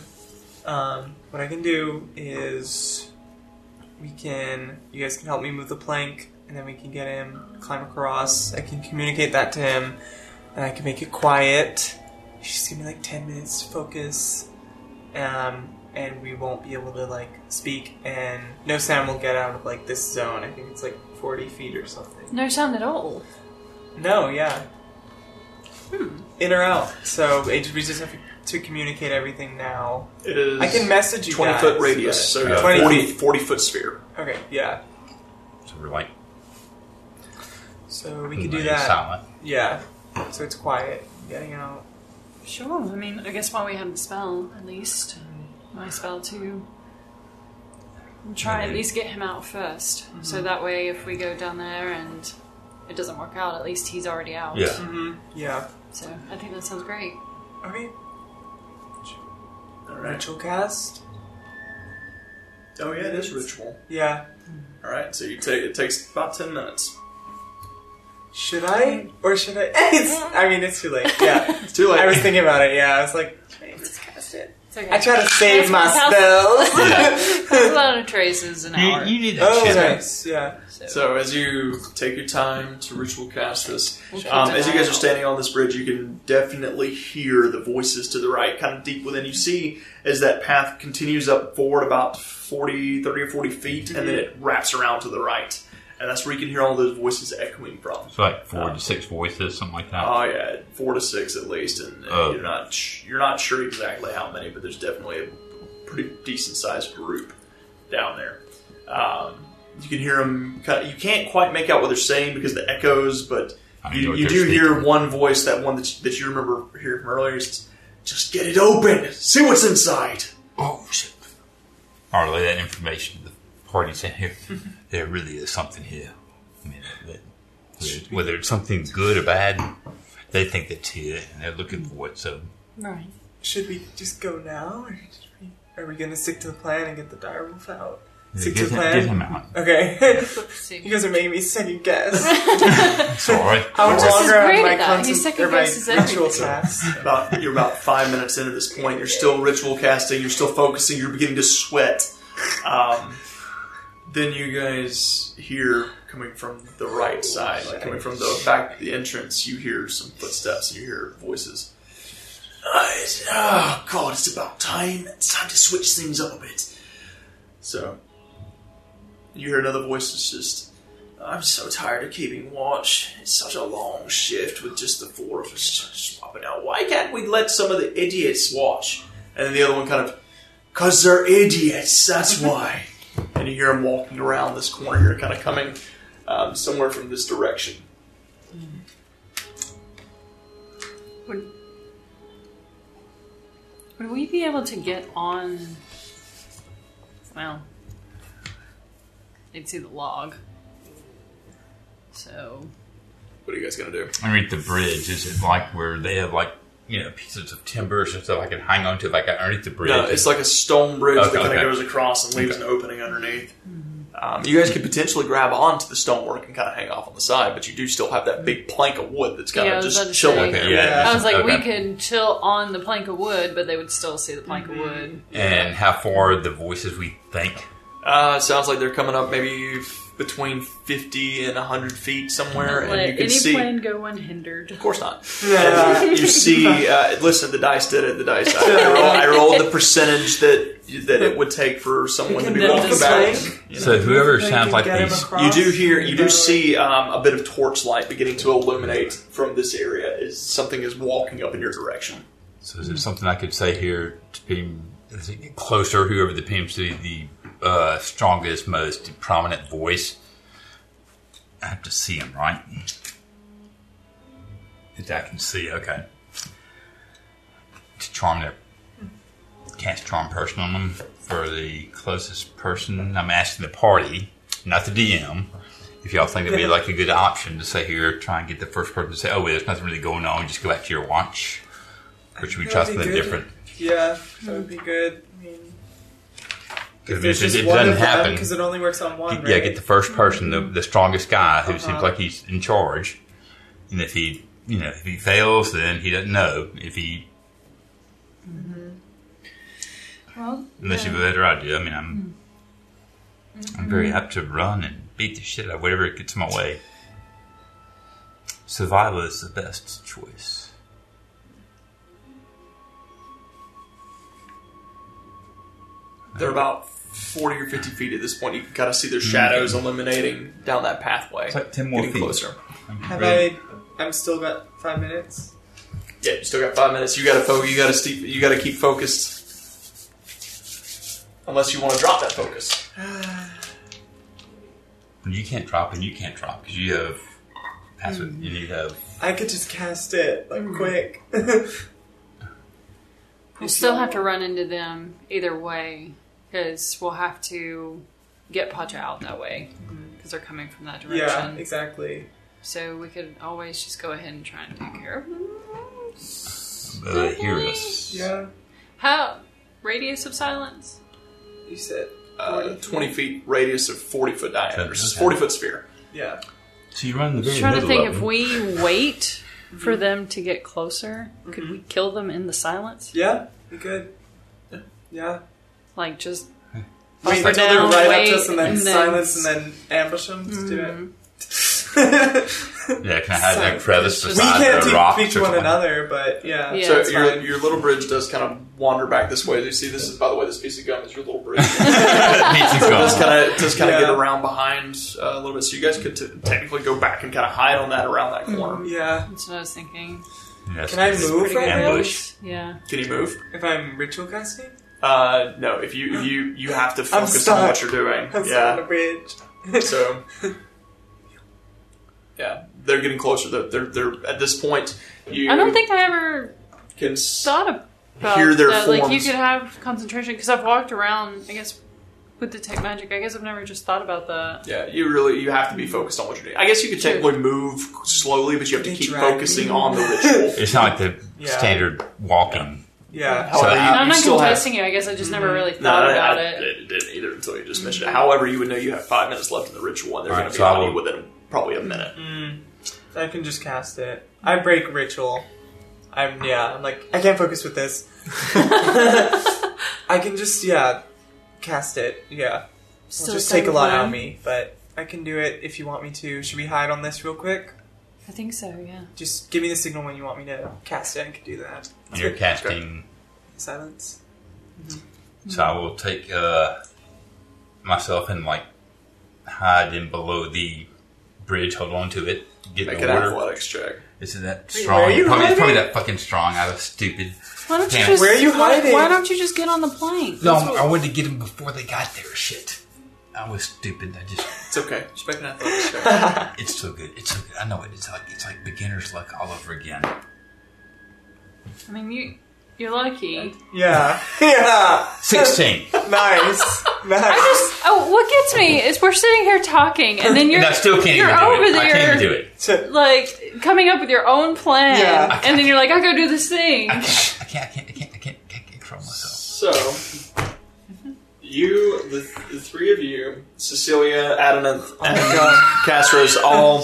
Speaker 5: um, what I can do is we can you guys can help me move the plank, and then we can get him climb across. I can communicate that to him, and I can make it quiet. Just give me like ten minutes to focus, um, and we won't be able to like speak, and no sound will get out of like this zone. I think it's like forty feet or something.
Speaker 6: No sound at all.
Speaker 5: No, yeah.
Speaker 1: Hmm.
Speaker 5: In or out. So it, we just have to communicate everything now.
Speaker 3: It is.
Speaker 5: I can message you.
Speaker 3: twenty
Speaker 5: guys,
Speaker 3: foot radius,
Speaker 5: but-
Speaker 3: so
Speaker 4: Yeah.
Speaker 3: 20
Speaker 5: 20
Speaker 3: 40, 40 foot sphere.
Speaker 5: Okay, yeah.
Speaker 4: So we're like,
Speaker 5: So we can do
Speaker 4: like,
Speaker 5: that.
Speaker 4: Silent.
Speaker 5: Yeah. So it's quiet. Getting out.
Speaker 1: Sure. I mean, I guess while we had the spell, at least. My spell, too. And try at
Speaker 4: Mhm.
Speaker 1: least get him out 1st So
Speaker 4: Mm-hmm.
Speaker 1: that way, if we go down there and it doesn't work out, at least he's already out.
Speaker 4: Yeah.
Speaker 3: Mm-hmm.
Speaker 5: Yeah.
Speaker 1: So I think that sounds great.
Speaker 5: Okay.
Speaker 3: All right.
Speaker 5: Ritual cast.
Speaker 3: Oh yeah, it is ritual.
Speaker 5: Yeah.
Speaker 3: All right. So you take it takes about ten minutes.
Speaker 5: Should I or should I? It's, I mean, it's too late. Yeah.
Speaker 3: It's too late.
Speaker 5: I was thinking about it. Yeah. I was like, should I just cast it.
Speaker 1: It's okay.
Speaker 5: I try to save my
Speaker 1: That's my
Speaker 5: spells.
Speaker 1: That's a lot of traces an hour.
Speaker 4: You, you need that
Speaker 5: oh,
Speaker 4: shit.
Speaker 5: nice. Yeah.
Speaker 1: so.
Speaker 3: So as you take your time to ritual cast this,
Speaker 1: We'll keep
Speaker 3: um,
Speaker 1: an
Speaker 3: as you
Speaker 1: eye
Speaker 3: guys are
Speaker 1: out.
Speaker 3: standing on this bridge, you can definitely hear the voices to the right, kind of deep within. You see as that path continues up forward about 40, 30 or 40 feet, and then it wraps around to the right. And that's where you can hear all those voices echoing from.
Speaker 4: It's like four to six voices, something like that.
Speaker 3: Oh yeah, four to six at least, and, and
Speaker 4: Oh.
Speaker 3: you're not sh- you're not sure exactly how many, but there's definitely a pretty decent sized group down there. Um, you can hear them. Kind of, you can't quite make out what they're saying because of the echoes, but
Speaker 4: I know
Speaker 3: you,
Speaker 4: what
Speaker 3: you
Speaker 4: they're
Speaker 3: do hear
Speaker 4: speaking.
Speaker 3: one voice, that one that you, that you remember hearing from earlier. Is, Just get it open. See what's inside.
Speaker 4: Oh, shit. I'll relay that information to the party saying, here, there really is something here. I mean, that, that- whether it's something good or bad, they think that's here and they're looking for it. So,
Speaker 6: Right.
Speaker 5: Should we just go now, or should we, are we gonna stick to the plan and get the dire wolf out?
Speaker 4: yeah,
Speaker 5: Stick
Speaker 4: get,
Speaker 5: to the
Speaker 4: him, get him
Speaker 5: plan.
Speaker 4: out.
Speaker 5: Okay.
Speaker 1: Let's see.
Speaker 5: you guys are making me second guess.
Speaker 4: Sorry.
Speaker 5: How much
Speaker 1: This is
Speaker 5: longer
Speaker 1: great
Speaker 5: am I
Speaker 1: at that. He
Speaker 5: constant,
Speaker 1: second
Speaker 5: or my
Speaker 1: guesses
Speaker 5: ritual
Speaker 1: everything.
Speaker 5: tasks?
Speaker 3: About you're about five minutes into this point. You're still ritual casting. You're still focusing. You're beginning to sweat. Um, then you guys hear coming from the right side, like coming from the back of the entrance. You hear some footsteps and you hear voices. Uh, it's- oh God! It's about time. It's time to switch things up a bit. So you hear another voice that's just. I'm so tired of keeping watch. It's such a long shift with just the four of us swapping out. Why can't we let some of the idiots watch? And then the other one kind of, because they're idiots, that's why. and you hear him walking around this corner here, kind of coming um, somewhere from this direction.
Speaker 1: Would, would we be able to get on? Well, they'd see the log. So
Speaker 3: What are you guys going to do?
Speaker 4: underneath the bridge? Is it like where they have like you know pieces of timbers and stuff I can hang on to like underneath the bridge?
Speaker 3: No, it's like a stone bridge that
Speaker 4: Okay,
Speaker 3: kind of
Speaker 4: okay.
Speaker 3: goes across and leaves
Speaker 4: Okay.
Speaker 3: an opening underneath.
Speaker 1: Mm-hmm.
Speaker 3: Um, you guys could potentially grab onto the stonework and kind of hang off on the side, but you do still have that big plank of wood that's kind
Speaker 1: Yeah, I
Speaker 3: of
Speaker 1: was about
Speaker 3: just
Speaker 1: to
Speaker 3: chilling
Speaker 1: say.
Speaker 3: there.
Speaker 4: okay, yeah.
Speaker 5: Yeah.
Speaker 1: I was like, we
Speaker 4: okay.
Speaker 1: could chill on the plank of wood, but they would still see the plank of wood.
Speaker 4: And how far the voices we think?
Speaker 3: Uh, it sounds like they're coming up maybe f- between 50 and 100 feet somewhere, and
Speaker 1: Let
Speaker 3: you can
Speaker 1: any
Speaker 3: see.
Speaker 1: plan go unhindered.
Speaker 3: Of course not.
Speaker 5: Yeah.
Speaker 3: And you see, uh, listen, the dice did it, the dice. I, I, rolled, I rolled the percentage that that it would take for someone to be
Speaker 1: Condemned
Speaker 3: walking
Speaker 1: us,
Speaker 3: back.
Speaker 5: like-
Speaker 3: You, know.
Speaker 4: So whoever
Speaker 5: They
Speaker 4: sounds
Speaker 5: can
Speaker 4: like
Speaker 5: get him
Speaker 4: these,
Speaker 3: You
Speaker 5: across,
Speaker 3: do hear, you do
Speaker 5: know,
Speaker 3: see um, a bit of torchlight beginning to illuminate from this area as something is walking up in your direction.
Speaker 4: so is there something I could say here to PM? Is it get closer? Whoever the PM's to the uh, strongest, most prominent voice. I have to see him, right? If I can see, okay. To charm their cast charm person on them for the closest person. I'm asking the party, not the DM. If y'all think it'd be like a good option to say here, try and get the first person to say, "Oh, wait, there's nothing really going on. Just go back to your watch." Or should we try
Speaker 5: That'd
Speaker 4: something
Speaker 5: be good.
Speaker 4: different?
Speaker 5: Yeah, that would be good. I mean,
Speaker 4: Because
Speaker 5: there's
Speaker 4: if
Speaker 5: just
Speaker 4: it
Speaker 5: one
Speaker 4: doesn't
Speaker 5: of them
Speaker 4: happen,
Speaker 5: because it only works on one.
Speaker 4: get-
Speaker 5: right?
Speaker 4: yeah, get the first person, the, the strongest guy who
Speaker 5: Uh-huh.
Speaker 4: seems like he's in charge. And if he, you know, if he fails, then he doesn't know. If he,
Speaker 6: Well,
Speaker 4: unless you
Speaker 6: yeah.
Speaker 4: have a better idea, I mean, I'm, I'm very apt to run and beat the shit out of whatever gets in my way. Survival is the best choice.
Speaker 3: They're about 40 or 50 feet at this point. You can kind of see their shadows illuminating down that pathway.
Speaker 4: It's like 10 more
Speaker 3: getting
Speaker 4: feet.
Speaker 3: closer.
Speaker 4: I'm
Speaker 5: Have
Speaker 4: really-
Speaker 5: I? I'm still got five minutes.
Speaker 3: Yeah, you still got five minutes. You gotta focus. You gotta steep. You gotta keep focused. Unless you want to drop that focus.
Speaker 4: You can't drop, and you can't drop because you have passive. You need to have
Speaker 5: I could just cast it like
Speaker 1: Mm-hmm.
Speaker 5: quick.
Speaker 1: We'll still have to run into them either way, because we'll have to get Pacha out that way, because they're coming from that direction.
Speaker 5: yeah, exactly.
Speaker 1: So we could always just go ahead and try and take care of them.
Speaker 4: uh, hear us.
Speaker 5: Yeah,
Speaker 1: How radius of silence?
Speaker 5: you said.
Speaker 3: Uh, Twenty feet radius of forty foot diameter. It's just
Speaker 4: Okay.
Speaker 3: forty foot sphere.
Speaker 5: Yeah,
Speaker 4: So you
Speaker 3: Mm,
Speaker 4: run the very
Speaker 1: Just trying to
Speaker 4: middle
Speaker 1: think
Speaker 4: of
Speaker 1: if
Speaker 4: them.
Speaker 1: we wait Mm-hmm. for them to get closer, could we kill them in the silence?
Speaker 5: yeah, we good. Yeah.
Speaker 1: Like just
Speaker 5: Wait
Speaker 1: for
Speaker 5: until they're
Speaker 1: now,
Speaker 5: right up
Speaker 1: wait,
Speaker 5: to us and then,
Speaker 1: and then-
Speaker 5: silence and then ambush them. Just do it. we
Speaker 4: Yeah, can I hide in a
Speaker 1: Sorry,
Speaker 4: crevice
Speaker 1: it's just-
Speaker 4: beside
Speaker 5: can't
Speaker 4: the
Speaker 5: de-
Speaker 4: rock?
Speaker 5: defeat
Speaker 4: or
Speaker 5: one
Speaker 4: something?
Speaker 5: another, but yeah.
Speaker 1: Yeah,
Speaker 3: so
Speaker 1: it's
Speaker 3: your,
Speaker 5: fine.
Speaker 3: your little bridge does kind of wander back this way. You see, this is by the way, this piece of gum is your little bridge.
Speaker 4: Me too,
Speaker 3: just
Speaker 4: Colin.
Speaker 3: kind of just kind of
Speaker 5: Yeah.
Speaker 3: get around behind uh, a little bit, so you guys could t- technically go back and kind of hide on that around that corner.
Speaker 5: Yeah.
Speaker 1: that's what I was thinking.
Speaker 4: Yes,
Speaker 5: Can I
Speaker 4: it's
Speaker 5: move
Speaker 4: pretty
Speaker 5: right now?
Speaker 4: Ambush.
Speaker 1: Yeah.
Speaker 3: Can you move?
Speaker 5: If I'm ritual casting,
Speaker 3: Uh, no. If you if you you have to focus
Speaker 5: stuck.
Speaker 3: on what you're doing.
Speaker 5: I'm yeah. on a
Speaker 3: yeah.
Speaker 5: bridge.
Speaker 3: So yeah, they're getting closer. They're, they're they're at this point. You
Speaker 1: I don't think I ever
Speaker 3: can s-
Speaker 1: thought about
Speaker 3: Hear their
Speaker 1: that. Like you
Speaker 3: forms.
Speaker 1: could have concentration because I've walked around. I guess with detect magic. I guess I've never just thought about that.
Speaker 3: Yeah, you really you have to be focused on what you're doing. I guess you could
Speaker 1: Sure.
Speaker 3: technically move slowly, but you have to
Speaker 5: They
Speaker 3: keep
Speaker 5: drag
Speaker 3: focusing
Speaker 5: me.
Speaker 3: on the ritual.
Speaker 4: It's not like the
Speaker 5: Yeah.
Speaker 4: standard walking.
Speaker 5: yeah.
Speaker 3: However,
Speaker 4: So
Speaker 3: you,
Speaker 4: how-
Speaker 1: And I'm
Speaker 3: Uh, you
Speaker 1: not
Speaker 3: still have
Speaker 1: contesting it. I guess I just never really
Speaker 3: No,
Speaker 1: thought
Speaker 3: I,
Speaker 1: about
Speaker 3: I,
Speaker 1: it.
Speaker 3: I didn't either until you just mentioned it. However, you would know you have five minutes left in the ritual, and they're
Speaker 4: Alright,
Speaker 3: going to be
Speaker 4: so I
Speaker 3: on
Speaker 4: will-
Speaker 3: you within probably a minute.
Speaker 5: I can just cast it. I break ritual. I'm yeah. I'm like I can't focus with this. I can just yeah, cast it. Yeah,
Speaker 1: So
Speaker 5: it'll just
Speaker 1: it's
Speaker 5: take a lot
Speaker 1: everyone?
Speaker 5: out of me, but I can do it if you want me to. Should we hide on this real quick?
Speaker 6: I think so, yeah.
Speaker 5: Just give me the signal when you want me to cast it. I can do that.
Speaker 4: And you're casting.
Speaker 5: Silence.
Speaker 4: So I will take uh, myself and like hide in below the bridge, hold on to it, get
Speaker 3: Make
Speaker 4: in
Speaker 3: an
Speaker 4: the water.
Speaker 3: athletics check.
Speaker 4: Isn't that
Speaker 5: Wait,
Speaker 4: strong?
Speaker 5: where are you
Speaker 4: probably, it's probably
Speaker 5: hiding?
Speaker 4: that fucking strong. I was stupid.
Speaker 1: Why don't you
Speaker 4: Damn.
Speaker 1: just
Speaker 5: Where are you
Speaker 1: why,
Speaker 5: hiding?
Speaker 1: Why don't you just get on the plane?
Speaker 4: No, I wanted to get them before they got there. Shit. I was stupid. I just.
Speaker 3: It's okay. Just make an athletics check.
Speaker 4: It's so good. It's so good. I know it. It's like it's like beginner's luck all over again.
Speaker 1: I mean you. You're lucky.
Speaker 5: Yeah. Yeah.
Speaker 4: Sixteen.
Speaker 5: Nice.
Speaker 1: I
Speaker 5: nice.
Speaker 1: just oh, what gets me is we're sitting here talking, and then you're
Speaker 4: and I still can't
Speaker 1: you're
Speaker 4: even do
Speaker 1: over
Speaker 4: it. I
Speaker 1: there
Speaker 4: can't even do it.
Speaker 1: like coming up with your own plan,
Speaker 5: Yeah.
Speaker 1: and then you're like, I go do this thing.
Speaker 4: I can't. I can't. I can't. I can't. I can't, can't control myself.
Speaker 3: So, you, the, the three of you, Cecilia, Adonath, and Castros, all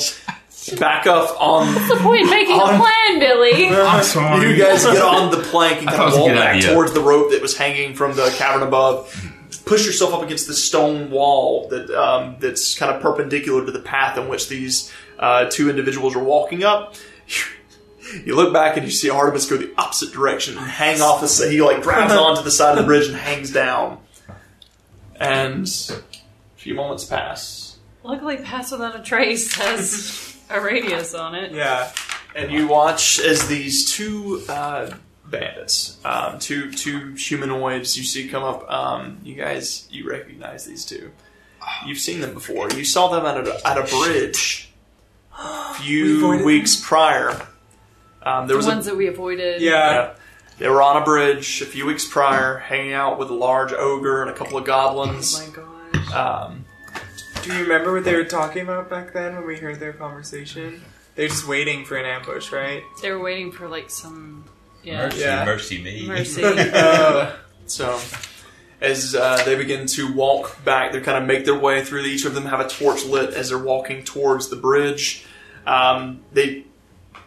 Speaker 3: back up on.
Speaker 1: What's the point of making a plan, Billy?
Speaker 4: I'm sorry.
Speaker 3: You guys get on the plank and
Speaker 4: I
Speaker 3: kind
Speaker 4: thought it was
Speaker 3: of
Speaker 4: a
Speaker 3: roll
Speaker 4: good
Speaker 3: back
Speaker 4: idea.
Speaker 3: towards the rope that was hanging from the cavern above. Push yourself up against the stone wall that um, that's kind of perpendicular to the path in which these uh, two individuals are walking up. You look back and you see Artemis go the opposite direction and hang off the. s- He like grabs onto the side of the bridge and hangs down. And a few moments pass,
Speaker 1: Luckily, pass without a trace has a radius on it.
Speaker 5: Yeah.
Speaker 3: and you watch as these two uh, bandits, um, two two humanoids, you see come up. Um, you guys, you recognize these two. You've seen them before. You saw them at a, at a bridge a
Speaker 5: We
Speaker 3: few
Speaker 5: avoided
Speaker 3: weeks prior. Um, there
Speaker 1: The
Speaker 3: was a
Speaker 1: ones that we avoided.
Speaker 5: Yeah.
Speaker 3: Yeah. They were on a bridge a few weeks prior, hanging out with a large ogre and a couple of
Speaker 5: Oh
Speaker 3: goblins.
Speaker 5: my gosh.
Speaker 3: Um,
Speaker 5: Do you remember what they were talking about back then when we heard their conversation? They're just waiting for an ambush, right?
Speaker 1: they were waiting for like some yeah
Speaker 4: Mercy,
Speaker 5: Yeah.
Speaker 4: mercy me.
Speaker 1: mercy.
Speaker 5: Uh,
Speaker 3: so, as uh, they begin to walk back, they kind of make their way through. Each of them have a torch lit as they're walking towards the bridge. Um, they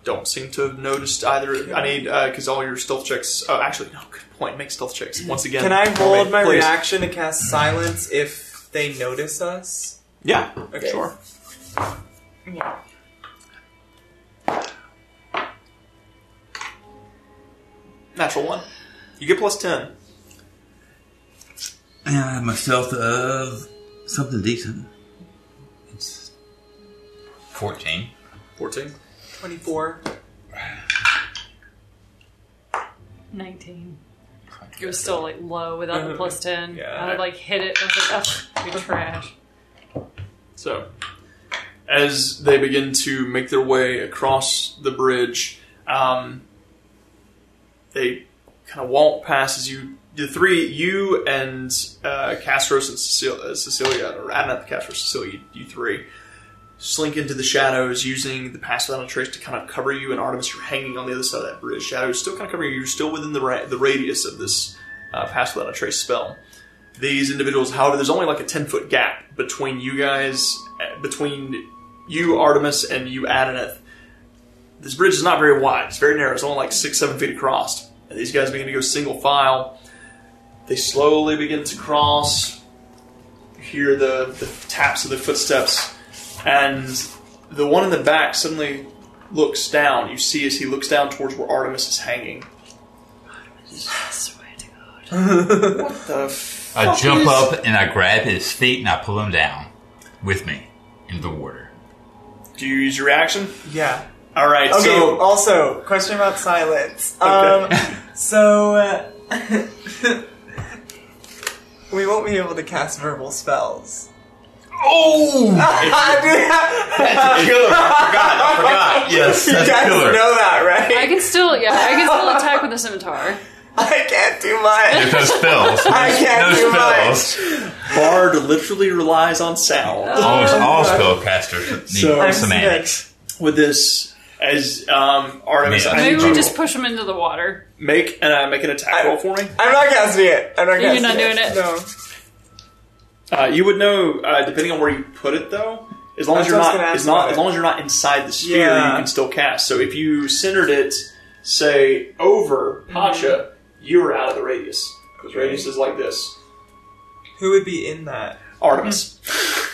Speaker 3: don't seem to have noticed either. I need because all your stealth checks. Oh, actually, no. Good point. Make stealth checks once again.
Speaker 5: can I hold my
Speaker 3: Please.
Speaker 5: reaction to cast silence if they notice us?
Speaker 3: Yeah.
Speaker 5: Okay.
Speaker 3: Sure.
Speaker 5: Yeah.
Speaker 3: Natural one. You get plus ten.
Speaker 4: And I have myself of something decent. It's fourteen.
Speaker 3: 14.
Speaker 5: 24.
Speaker 1: Nineteen. It was still like low without the plus ten.
Speaker 5: Yeah.
Speaker 1: I would like hit it. I was like, oh, you're trash.
Speaker 3: So, as they begin to make their way across the bridge, um, they kind of walk past as you, the three, you and uh, Castros and Cecilia, uh, Cecilia or uh, not Castros, Cecilia, you, you three, slink into the shadows using the Pass Without a Trace to kind of cover you, and Artemis, you're hanging on the other side of that bridge. Shadows still kind of covering you, you're still within the, ra- the radius of this uh, Pass Without a Trace spell these individuals. However, there's only like a 10 foot gap between you guys, uh, between you, Artemis, and you, Adeneth. This bridge is not very wide, it's very narrow, it's only like six, seven feet across. And these guys begin to go single file. They slowly begin to cross. You hear the, the taps of the footsteps, and the one in the back suddenly looks down. You see as he looks down towards where Artemis is hanging.
Speaker 6: I swear to God.
Speaker 3: What the f-
Speaker 4: I
Speaker 3: fuck
Speaker 4: jump
Speaker 3: is-
Speaker 4: up and I grab his feet and I pull him down with me into the water.
Speaker 3: Do you use your reaction?
Speaker 5: Yeah.
Speaker 3: All right.
Speaker 5: Okay.
Speaker 3: So
Speaker 5: also, question about silence.
Speaker 3: Okay.
Speaker 5: Um, so uh, we won't be able to cast verbal spells. Ah,
Speaker 4: Oh!
Speaker 5: Do you guys
Speaker 4: That's a killer. I forgot. I forgot. Yes, that's a killer.
Speaker 5: know that,
Speaker 1: I
Speaker 5: right?
Speaker 1: can still, yeah, I can still attack with a scimitar.
Speaker 5: I can't do much.
Speaker 4: There's no spells.
Speaker 5: I can't
Speaker 4: no
Speaker 5: do
Speaker 4: spells.
Speaker 3: Bard literally relies on sound.
Speaker 5: Oh,
Speaker 4: Almost all spellcasters need
Speaker 3: So- I'm
Speaker 4: semantics.
Speaker 3: With this, as um, Artemis,
Speaker 4: Yeah.
Speaker 3: I
Speaker 1: Maybe
Speaker 3: need
Speaker 1: we
Speaker 3: you-
Speaker 1: just push him into the water.
Speaker 3: make and uh, make an attack roll for me.
Speaker 5: I'm not casting it. I'm not
Speaker 1: You're
Speaker 5: casting
Speaker 1: not doing it?
Speaker 5: No.
Speaker 3: Uh, you would know uh, depending on where you put it, though. As long as
Speaker 5: That's
Speaker 3: you're not,
Speaker 5: what I was gonna
Speaker 3: as,
Speaker 5: ask
Speaker 3: not
Speaker 5: about
Speaker 3: as
Speaker 5: it.
Speaker 3: long as you're not inside the sphere,
Speaker 5: Yeah.
Speaker 3: you can still cast. So if you centered it, say over Pacha,
Speaker 5: Mm-hmm.
Speaker 3: you're out of the radius because radius is like this.
Speaker 5: Who would be in that?
Speaker 3: Artemis,
Speaker 5: Mm-hmm.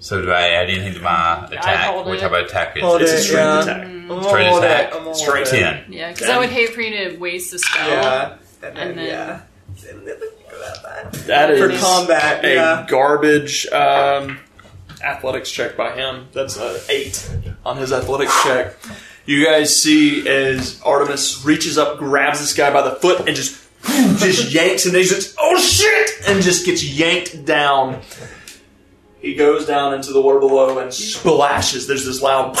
Speaker 4: So do I add anything to my attack?
Speaker 1: hold
Speaker 4: What
Speaker 1: it.
Speaker 4: type of attack is
Speaker 5: Hold
Speaker 4: it?
Speaker 3: it's a
Speaker 5: it,
Speaker 3: strength
Speaker 5: yeah.
Speaker 3: attack.
Speaker 5: I'm gonna
Speaker 4: Straight
Speaker 5: hold
Speaker 4: attack.
Speaker 5: it, I'm gonna
Speaker 3: Straight
Speaker 5: hold it.
Speaker 4: Ten.
Speaker 1: Yeah, because I would hate for you to waste the spell.
Speaker 5: Yeah. And then,
Speaker 1: And then-
Speaker 5: yeah. Didn't really think about that.
Speaker 3: That is
Speaker 5: For combat,
Speaker 3: a
Speaker 5: yeah.
Speaker 3: garbage um, athletics check by him. That's an eight on his athletics check. You guys see as Artemis reaches up, grabs this guy by the foot, and just just yanks him. And he's just oh shit, and just gets yanked down. He goes down into the water below and splashes. There's this loud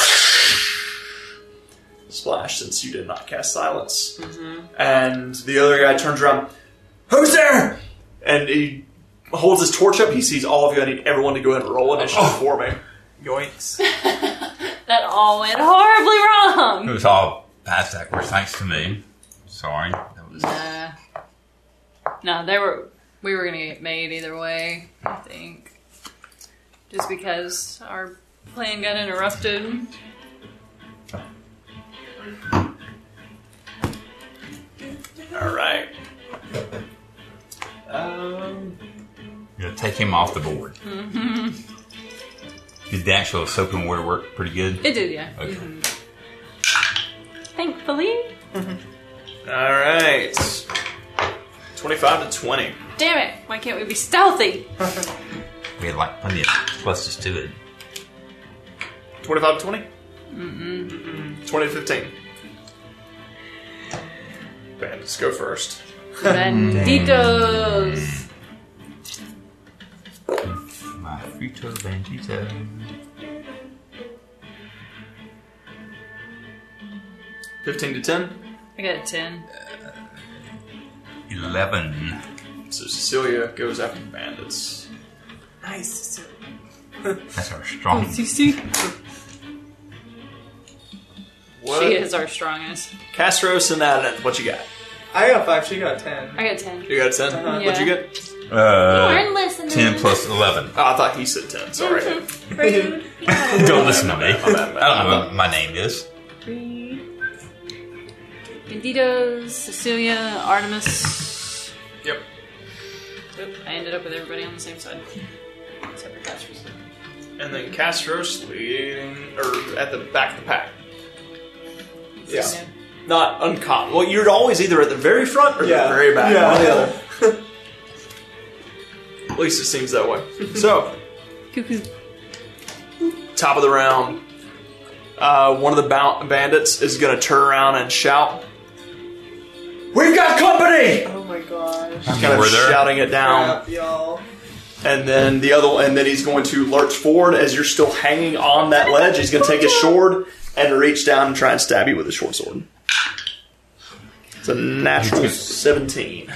Speaker 3: splash since you did not cast silence. And the other guy turns around. Who's there? And he holds his torch up. He sees all of you. I need everyone to go ahead and roll initiative for me.
Speaker 5: Yoinks.
Speaker 1: That all went horribly
Speaker 4: It
Speaker 1: wrong.
Speaker 4: was all past backwards, thanks to me. Sorry. That was
Speaker 1: Nah. No, they were. We were gonna get made either way. I think. Just because our plan got interrupted.
Speaker 3: All right. Um,
Speaker 4: you know, take him off the board.
Speaker 1: Mm-hmm.
Speaker 4: Did the actual soap and water work pretty good?
Speaker 1: It did, yeah.
Speaker 4: Okay.
Speaker 1: Thankfully.
Speaker 3: all right. Twenty-five to twenty.
Speaker 1: Damn it! Why can't we be stealthy?
Speaker 4: We had like plenty of pluses to it.
Speaker 3: Twenty-five to twenty.
Speaker 1: Mm-hmm.
Speaker 3: Twenty to fifteen. Bandits go first.
Speaker 1: Banditos.
Speaker 4: My Frito Bandito.
Speaker 3: Fifteen to ten.
Speaker 1: I got a ten.
Speaker 4: 11.
Speaker 3: So Cecilia goes after the bandits.
Speaker 5: Nice.
Speaker 4: That's our
Speaker 1: Oh,
Speaker 4: strong.
Speaker 3: What?
Speaker 1: She is our strongest.
Speaker 3: Castro Sinadith, what you got?
Speaker 5: I got five. She got ten.
Speaker 1: I got a ten.
Speaker 3: You got a 10
Speaker 5: Uh-huh.
Speaker 3: What'd you
Speaker 1: Yeah.
Speaker 3: get?
Speaker 4: Uh,
Speaker 1: We're listening.
Speaker 4: 10 plus 11.
Speaker 3: Oh, I thought he said ten. Sorry.
Speaker 1: Mm-hmm.
Speaker 4: Don't listen to me.
Speaker 3: My bad, my bad.
Speaker 4: I don't know what my name is.
Speaker 1: Banditos, Cecilia, Artemis.
Speaker 3: Yep.
Speaker 1: Oop, I ended up with everybody on the same side. Except for Castro's.
Speaker 3: And then Castros leading, or at the back of the pack. Yeah. Not uncommon. Well, you're always either at the very front or
Speaker 5: Yeah.
Speaker 3: the very back.
Speaker 5: Yeah.
Speaker 3: One or the other. At least it seems that way. so,
Speaker 1: Cuckoo.
Speaker 3: top of the round, uh, one of the ba- bandits is going to turn around and shout, We've got company!
Speaker 5: Oh my gosh.
Speaker 3: Kind of
Speaker 4: We're there.
Speaker 3: shouting it down.
Speaker 5: Crap, y'all.
Speaker 3: And then the other, and then he's going to lurch forward as you're still hanging on that ledge. He's going to take his sword and reach down and try and stab you with his short sword. It's a natural seventeen.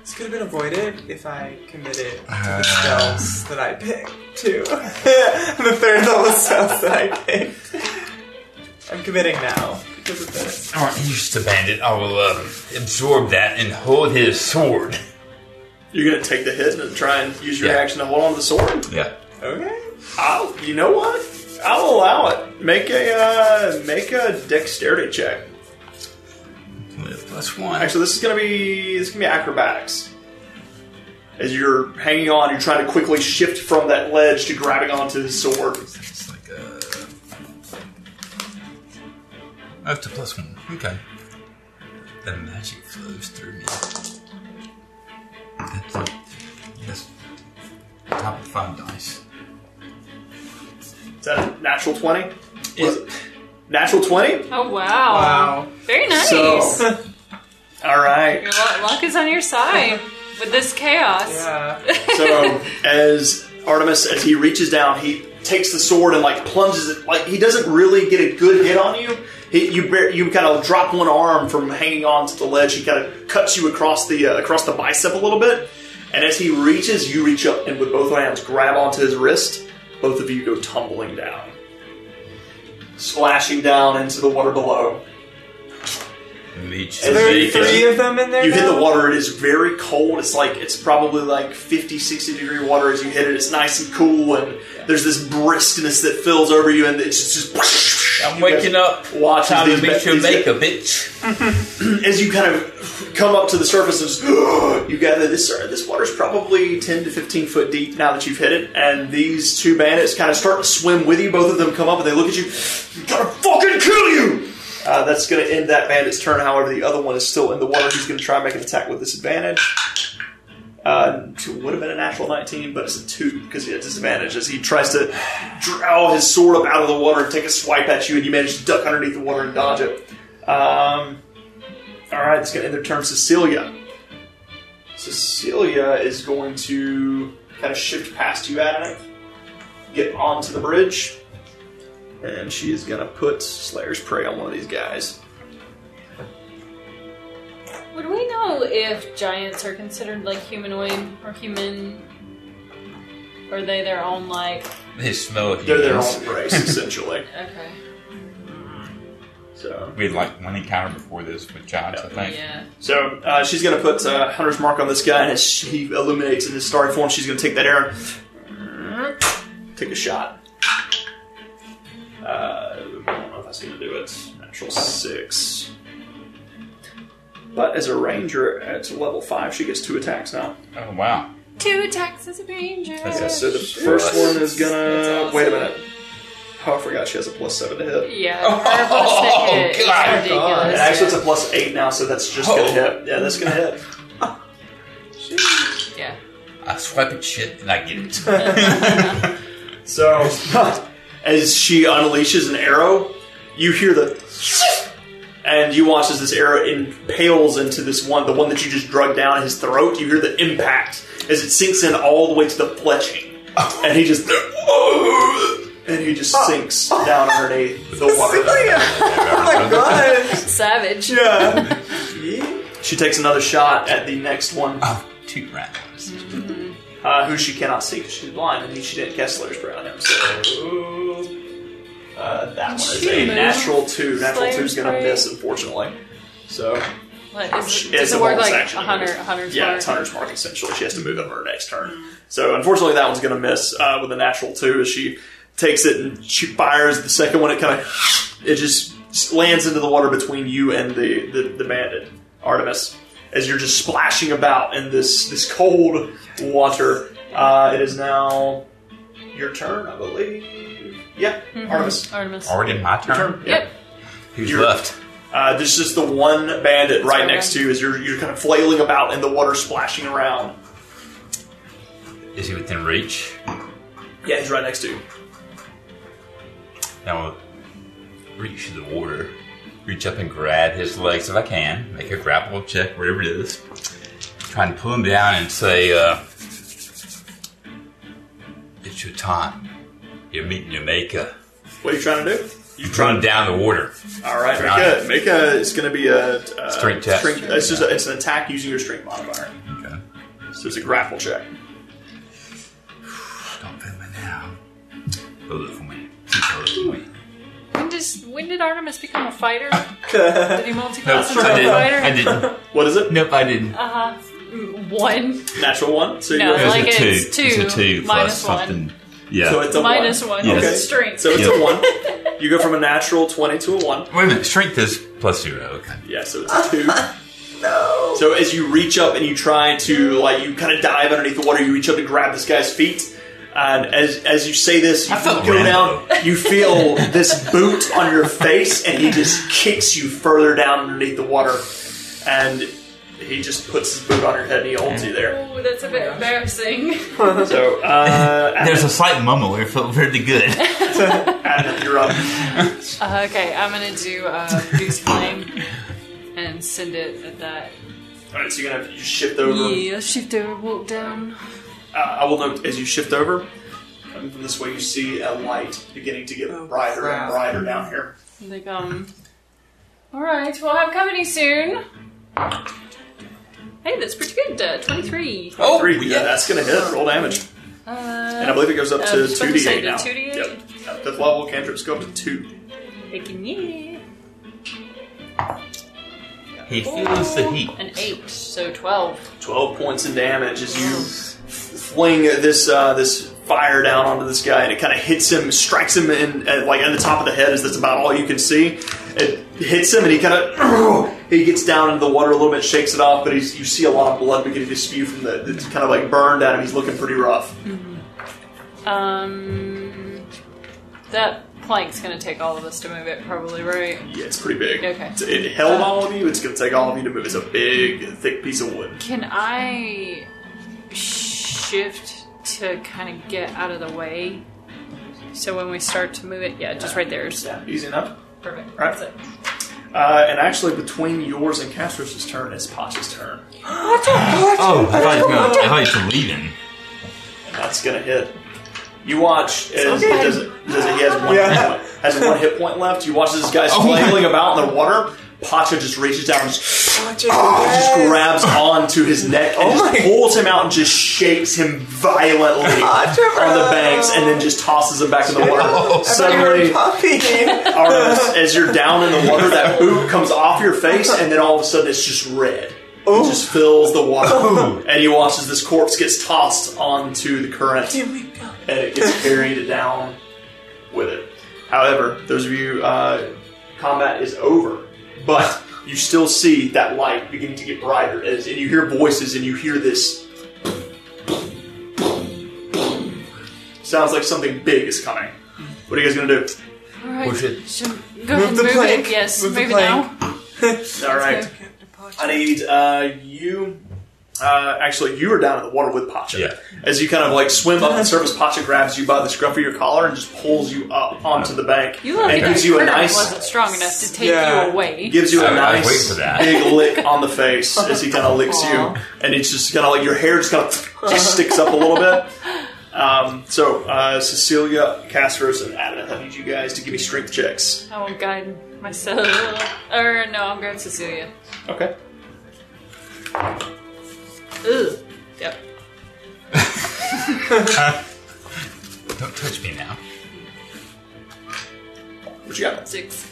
Speaker 5: This could have been avoided if I committed to
Speaker 3: Uh.
Speaker 5: the spells that I picked, too. the third level spells that I picked. I'm committing now because of this.
Speaker 4: I aren't used to bandit. I will uh, absorb that and hold his sword.
Speaker 3: You're going to take the hit and try and use your
Speaker 4: Yeah.
Speaker 3: action to hold on to the sword.
Speaker 4: Yeah.
Speaker 5: Okay.
Speaker 3: I'll, you know what? I'll allow it. Make a uh, make a dexterity check.
Speaker 4: Live. Plus one.
Speaker 3: Actually, this is gonna be this is gonna be acrobatics. As you're hanging on, you're trying to quickly shift from that ledge to grabbing onto his sword.
Speaker 4: It's like uh, a. Up to plus one. Okay. The magic flows through me. That's, that's top of five dice.
Speaker 3: Is that a natural twenty? Natural twenty?
Speaker 1: Oh wow.
Speaker 5: Wow.
Speaker 1: Very nice.
Speaker 3: So, all right.
Speaker 1: Your lu- luck is on your side with this chaos.
Speaker 5: Yeah.
Speaker 3: So um, as Artemis, as he reaches down, he takes the sword and like plunges it. Like he doesn't really get a good hit on you. He, you bar- you kind of drop one arm from hanging on to the ledge. He kind of cuts you across the uh, across the bicep a little bit. And as he reaches, you reach up and with both hands grab onto his wrist. Both of you go tumbling down, splashing down into the water below.
Speaker 4: Meech.
Speaker 3: And
Speaker 5: There
Speaker 3: you
Speaker 5: are
Speaker 3: hit-
Speaker 5: three of them in there.
Speaker 3: You hit
Speaker 5: now?
Speaker 3: the water, it is very cold. It's like, it's probably like 50, 60 degree water as you hit it. It's nice and cool, and there's this briskness that fills over you, and it's just. just
Speaker 4: I'm waking up.
Speaker 3: Watch
Speaker 4: Time
Speaker 3: as
Speaker 4: to
Speaker 3: these ba-
Speaker 4: meet your
Speaker 3: these-
Speaker 4: maker, bitch.
Speaker 3: As you kind of come up to the surface, and just, you gather this. Uh, this water's probably ten to fifteen foot deep now that you've hit it, and these two bandits kind of start to swim with you. Both of them come up and they look at you. Gotta fucking kill you. Uh, that's going to end that bandit's turn. However, the other one is still in the water. He's going to try and make an attack with disadvantage. Uh, it would have been a natural 19, but it's a 2 because he had disadvantage as he tries to draw his sword up out of the water and take a swipe at you, and you manage to duck underneath the water and dodge it. Um, all right, it's going to end their turn. Cecilia. Cecilia is going to kind of shift past you, Adam, get onto the bridge, and she is going to put Slayer's Prey on one of these guys.
Speaker 1: Would we know if giants are considered like humanoid or human? Or are they their own like
Speaker 4: They smell of
Speaker 3: They're their
Speaker 4: humans.
Speaker 3: own race, essentially.
Speaker 1: okay.
Speaker 3: So
Speaker 4: We had like one encounter before this with giants, I think.
Speaker 1: Yeah.
Speaker 3: So uh, she's going to put uh, Hunter's Mark on this guy, and as he illuminates in his starry form, she's going to take that arrow and take a shot. Uh, I don't know if that's going to do it. Natural six. But as a ranger at level five, she gets two attacks now.
Speaker 4: Oh wow.
Speaker 1: Two attacks as a ranger.
Speaker 4: That's
Speaker 3: Yeah,
Speaker 4: Yeah,
Speaker 3: so the
Speaker 4: sure.
Speaker 3: first one is going to.
Speaker 1: That's
Speaker 3: Wait a
Speaker 1: awesome.
Speaker 3: minute. Oh, I forgot she has a plus seven to hit.
Speaker 1: Yeah. her plus hit is
Speaker 4: God.
Speaker 1: ridiculous.
Speaker 3: And actually, it's a plus eight now, so that's just going to hit. Yeah, that's going to hit.
Speaker 1: yeah.
Speaker 4: I swipe at shit and I get it.
Speaker 3: So, as she unleashes an arrow, you hear the, and you watch as this arrow impales into this one, the one that you just drug down his throat. You hear the impact as it sinks in all the way to the fletching, and he just, and he just sinks down underneath the water.
Speaker 5: Oh my god.
Speaker 1: Savage.
Speaker 5: Yeah.
Speaker 3: She takes another shot at the next one,
Speaker 4: Oh, two rounds.
Speaker 3: uh, who she cannot see because she's blind, and he, she didn't cast Slayer's Prayer on him. So. Uh, that one is
Speaker 1: Shoot,
Speaker 3: a
Speaker 1: man.
Speaker 3: natural two. Natural
Speaker 1: Slayer's
Speaker 3: two is going to
Speaker 1: Prayer.
Speaker 3: miss, unfortunately. So
Speaker 1: Like, is, it-
Speaker 3: It's
Speaker 1: does
Speaker 3: a
Speaker 1: it work
Speaker 3: bonus
Speaker 1: like
Speaker 3: action,
Speaker 1: a hundred,
Speaker 3: it is.
Speaker 1: a hundred?
Speaker 3: yeah, it's Hunter's Mark essentially. She has to move up her next turn. So unfortunately, that one's going to miss uh, with a natural two. As she takes it and she fires the second one, it kind of it just lands into the water between you and the the, the bandit Artemis. As you're just splashing about in this this cold water, uh, it is now your turn, I believe. Yeah, Artemis,
Speaker 1: Artemis.
Speaker 4: Already my
Speaker 3: Mm-hmm. your
Speaker 4: turn.
Speaker 3: turn. Yeah.
Speaker 1: Yep.
Speaker 4: Who's
Speaker 3: You're-
Speaker 4: left?
Speaker 3: Uh, there's just the one bandit right
Speaker 1: Okay.
Speaker 3: next to you as you're, you're kind of flailing about in the water, splashing around.
Speaker 4: Is he within reach?
Speaker 3: Yeah, he's right next to you.
Speaker 4: I will reach the water, reach up and grab his legs if I can, make a grapple check, whatever it is. Try and pull him down and say, uh, It's your time. You're meeting your maker.
Speaker 3: What are you trying to do?
Speaker 4: You throw him down the water.
Speaker 3: All right,
Speaker 4: Try
Speaker 3: make a, make a. It's going to be a uh,
Speaker 4: Strength test.
Speaker 3: it's just a, it's an attack using your strength modifier.
Speaker 4: Okay.
Speaker 3: So it's a grapple check.
Speaker 4: Don't fail me now. Hold it for me. Hold it for me.
Speaker 1: When does when did Artemis become a fighter? did he
Speaker 4: Nope,
Speaker 1: multi-class into
Speaker 4: I
Speaker 1: a
Speaker 4: didn't. I
Speaker 1: fighter?
Speaker 4: didn't.
Speaker 3: What is it?
Speaker 4: Nope, I didn't.
Speaker 1: Uh huh. One.
Speaker 3: Natural one. So
Speaker 1: No,
Speaker 3: you're
Speaker 4: It was
Speaker 1: like
Speaker 4: a two.
Speaker 1: it's two
Speaker 4: It's a two plus
Speaker 1: minus one.
Speaker 4: something. Yeah.
Speaker 3: So it's a
Speaker 1: Minus
Speaker 3: one.
Speaker 1: one
Speaker 4: Yes.
Speaker 1: is
Speaker 3: Okay.
Speaker 1: strength.
Speaker 3: So it's
Speaker 4: Yeah.
Speaker 3: a one. You go from a natural twenty to a one.
Speaker 4: Wait a minute. Strength is plus zero. Okay.
Speaker 3: Yeah, so it's a two. no. So as you reach up and you try to like you kind of dive underneath the water, you reach up to grab this guy's feet. And as as you say this, you
Speaker 4: I felt
Speaker 3: go
Speaker 4: Rambo.
Speaker 3: down. You feel this boot on your face, and he just kicks you further down underneath the water. And he just puts his boot on your head and he holds you there.
Speaker 1: Ooh, that's a bit embarrassing.
Speaker 3: So uh,
Speaker 4: There's a slight moment where it felt really good.
Speaker 3: Adam, you're up.
Speaker 1: Uh, okay, I'm gonna do uh, goose flame and send it at that.
Speaker 3: All right, so you're gonna have to shift over.
Speaker 1: Yeah, shift over, walk down.
Speaker 3: Uh, I will note as you shift over. um, From this way, you see a light beginning to get
Speaker 5: Oh,
Speaker 3: brighter
Speaker 5: crap.
Speaker 3: and brighter down here.
Speaker 1: Like um. All right, we'll have company soon. Hey, that's pretty good. Uh, Twenty-three.
Speaker 3: Oh, three. Yeah, that's gonna
Speaker 5: Oh.
Speaker 3: hit. Roll damage, and I
Speaker 1: Uh,
Speaker 3: believe it goes up
Speaker 1: I
Speaker 3: to
Speaker 1: was about
Speaker 3: two
Speaker 1: to
Speaker 3: d
Speaker 1: say
Speaker 3: eight
Speaker 1: to
Speaker 3: now.
Speaker 1: 2d8.
Speaker 3: Yep. At fifth level cantrips go up to two.
Speaker 1: taking ye
Speaker 4: He feels the heat.
Speaker 1: an eight, so twelve.
Speaker 3: Twelve points in damage as you fling this uh, this fire down onto this guy, and it kind of hits him, strikes him in at, like in the top of the head. Is that's about all you can see? It hits him, and he kind of he gets down into the water a little bit, shakes it off, but he's, you see a lot of blood beginning to spew from the it's kind of like burned at him. He's looking pretty rough.
Speaker 1: Um, that plank's gonna take all of us to move it, probably, right?
Speaker 3: Yeah, it's pretty big.
Speaker 1: Okay.
Speaker 3: It's- It held all of you. It's gonna take all of you to move. It's a big, thick piece of wood.
Speaker 1: Can I shift to kind of get out of the way? So when we start to move it, yeah, just right there is
Speaker 3: Yeah, easy enough.
Speaker 1: perfect.
Speaker 3: Right.
Speaker 1: That's it.
Speaker 3: Uh, and actually, between yours and Castor's turn, it's Pasha's turn.
Speaker 4: Oh, I thought you were, I thought you were leaving.
Speaker 3: And that's going to hit. You watch as does, does, he has one,
Speaker 5: Yeah.
Speaker 3: hit point, has one hit point left. You watch as this guy's
Speaker 4: Oh my-
Speaker 3: flailing about in the water. Pacha just reaches down and just,
Speaker 5: Watch
Speaker 3: just
Speaker 5: it.
Speaker 3: grabs onto his neck and
Speaker 5: Oh
Speaker 3: just
Speaker 5: my-
Speaker 3: pulls him out and just shakes him violently
Speaker 5: Pacha,
Speaker 3: on the
Speaker 5: bro.
Speaker 3: banks and then just tosses him back in the water. Suddenly,
Speaker 5: Puppy.
Speaker 3: Artemis, as you're down in the water, that boot comes off your face, and then all of a sudden it's just red. It just fills the water. And you watch as this corpse gets tossed onto the current,
Speaker 5: Here we go.
Speaker 3: and it gets carried down with it. However, those of you, uh, combat is over, but you still see that light beginning to get brighter, as, and you hear voices, and you hear this. Sounds like something big is coming. What are you guys gonna do?
Speaker 1: All right.
Speaker 4: Push it.
Speaker 1: So go ahead and
Speaker 5: the
Speaker 1: move
Speaker 5: plank.
Speaker 1: it. Yes,
Speaker 5: Move
Speaker 1: move,
Speaker 5: the
Speaker 1: it
Speaker 5: plank.
Speaker 1: now.
Speaker 3: All right. I need uh, you. Uh, actually, you are down in the water with Pacha.
Speaker 4: Yeah.
Speaker 3: As you kind of like swim up the surface, Pacha grabs you by the scruff of your collar and just pulls you up onto the bank.
Speaker 1: You look
Speaker 3: and
Speaker 1: at
Speaker 3: gives you a nice
Speaker 1: wasn't strong enough to take
Speaker 5: Yeah.
Speaker 1: you away.
Speaker 3: gives you a
Speaker 4: I- I wait
Speaker 3: nice
Speaker 4: for that.
Speaker 3: big lick on the face as he kind of licks you,
Speaker 1: Aw.
Speaker 3: and it's just kind of like your hair just kind of just sticks up a little bit. Um, so uh, Cecilia, Castros, and Adam, I need you guys to give me strength checks.
Speaker 1: I will guide myself. Or no, I'll grab Cecilia.
Speaker 3: Okay.
Speaker 1: Ugh. Yep.
Speaker 4: Don't touch me now.
Speaker 3: What you got?
Speaker 1: Six.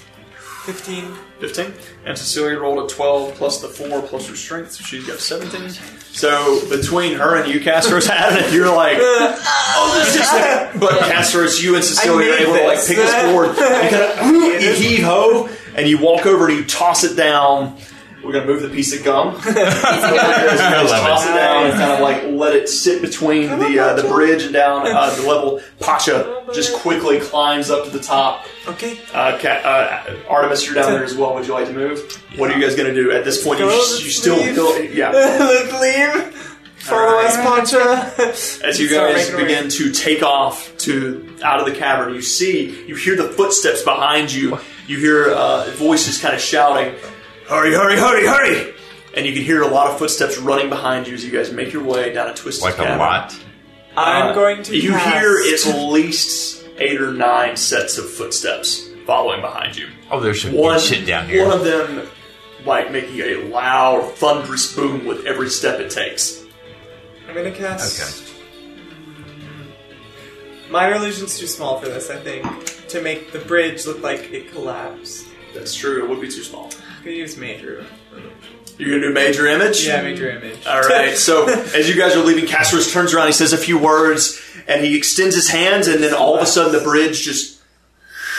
Speaker 5: 15.
Speaker 3: 15. And Cecilia rolled a 12 plus the 4 plus her strength, so she's got 17. So between her and you, Castros, had it. You're like, oh, this is it. But Castros, you and Cecilia are
Speaker 5: made
Speaker 3: able to like
Speaker 5: this.
Speaker 3: pick this board and kind of you heave ho, and you walk over and you toss it down. We're gonna move the piece of gum. Just toss it down and kind of like let it sit between the uh, the bridge and down uh, the level. Pacha just quickly climbs up to the top
Speaker 5: Okay.
Speaker 3: uh, Ca uh, Artemis, you're down there as well. Would you like to move? What are you guys going to do at this point? You,
Speaker 5: Go,
Speaker 3: you still,
Speaker 5: leave.
Speaker 3: feel- yeah.
Speaker 5: Let's leave. Follow
Speaker 3: Alright.
Speaker 5: us, Pancha.
Speaker 3: As you
Speaker 5: Start
Speaker 3: guys
Speaker 5: making our way.
Speaker 3: begin to take off to out of the cavern, you see, you hear the footsteps behind you. You hear uh, voices kind of shouting, "Hurry, hurry, hurry, hurry!" And you can hear a lot of footsteps running behind you as you guys make your way down a twisted
Speaker 4: Like a
Speaker 3: cavern.
Speaker 4: lot.
Speaker 5: I'm
Speaker 3: Uh,
Speaker 5: going to.
Speaker 3: You
Speaker 5: pass.
Speaker 3: hear at least eight or nine sets of footsteps following behind you.
Speaker 4: Oh, there's some
Speaker 3: one,
Speaker 4: good shit down here.
Speaker 3: One of them, like, making a loud, thunderous boom with every step it takes.
Speaker 5: I'm gonna
Speaker 4: Okay.
Speaker 5: cast. My illusion's too small for this, I think, to make the bridge look like it collapsed.
Speaker 3: That's true, it would be too small.
Speaker 5: I'm gonna use Major.
Speaker 3: You're gonna do major image.
Speaker 5: Yeah, major image.
Speaker 3: All right. So as you guys are leaving, Casperus turns around. He says a few words, and he extends his hands, and then all of a sudden the bridge just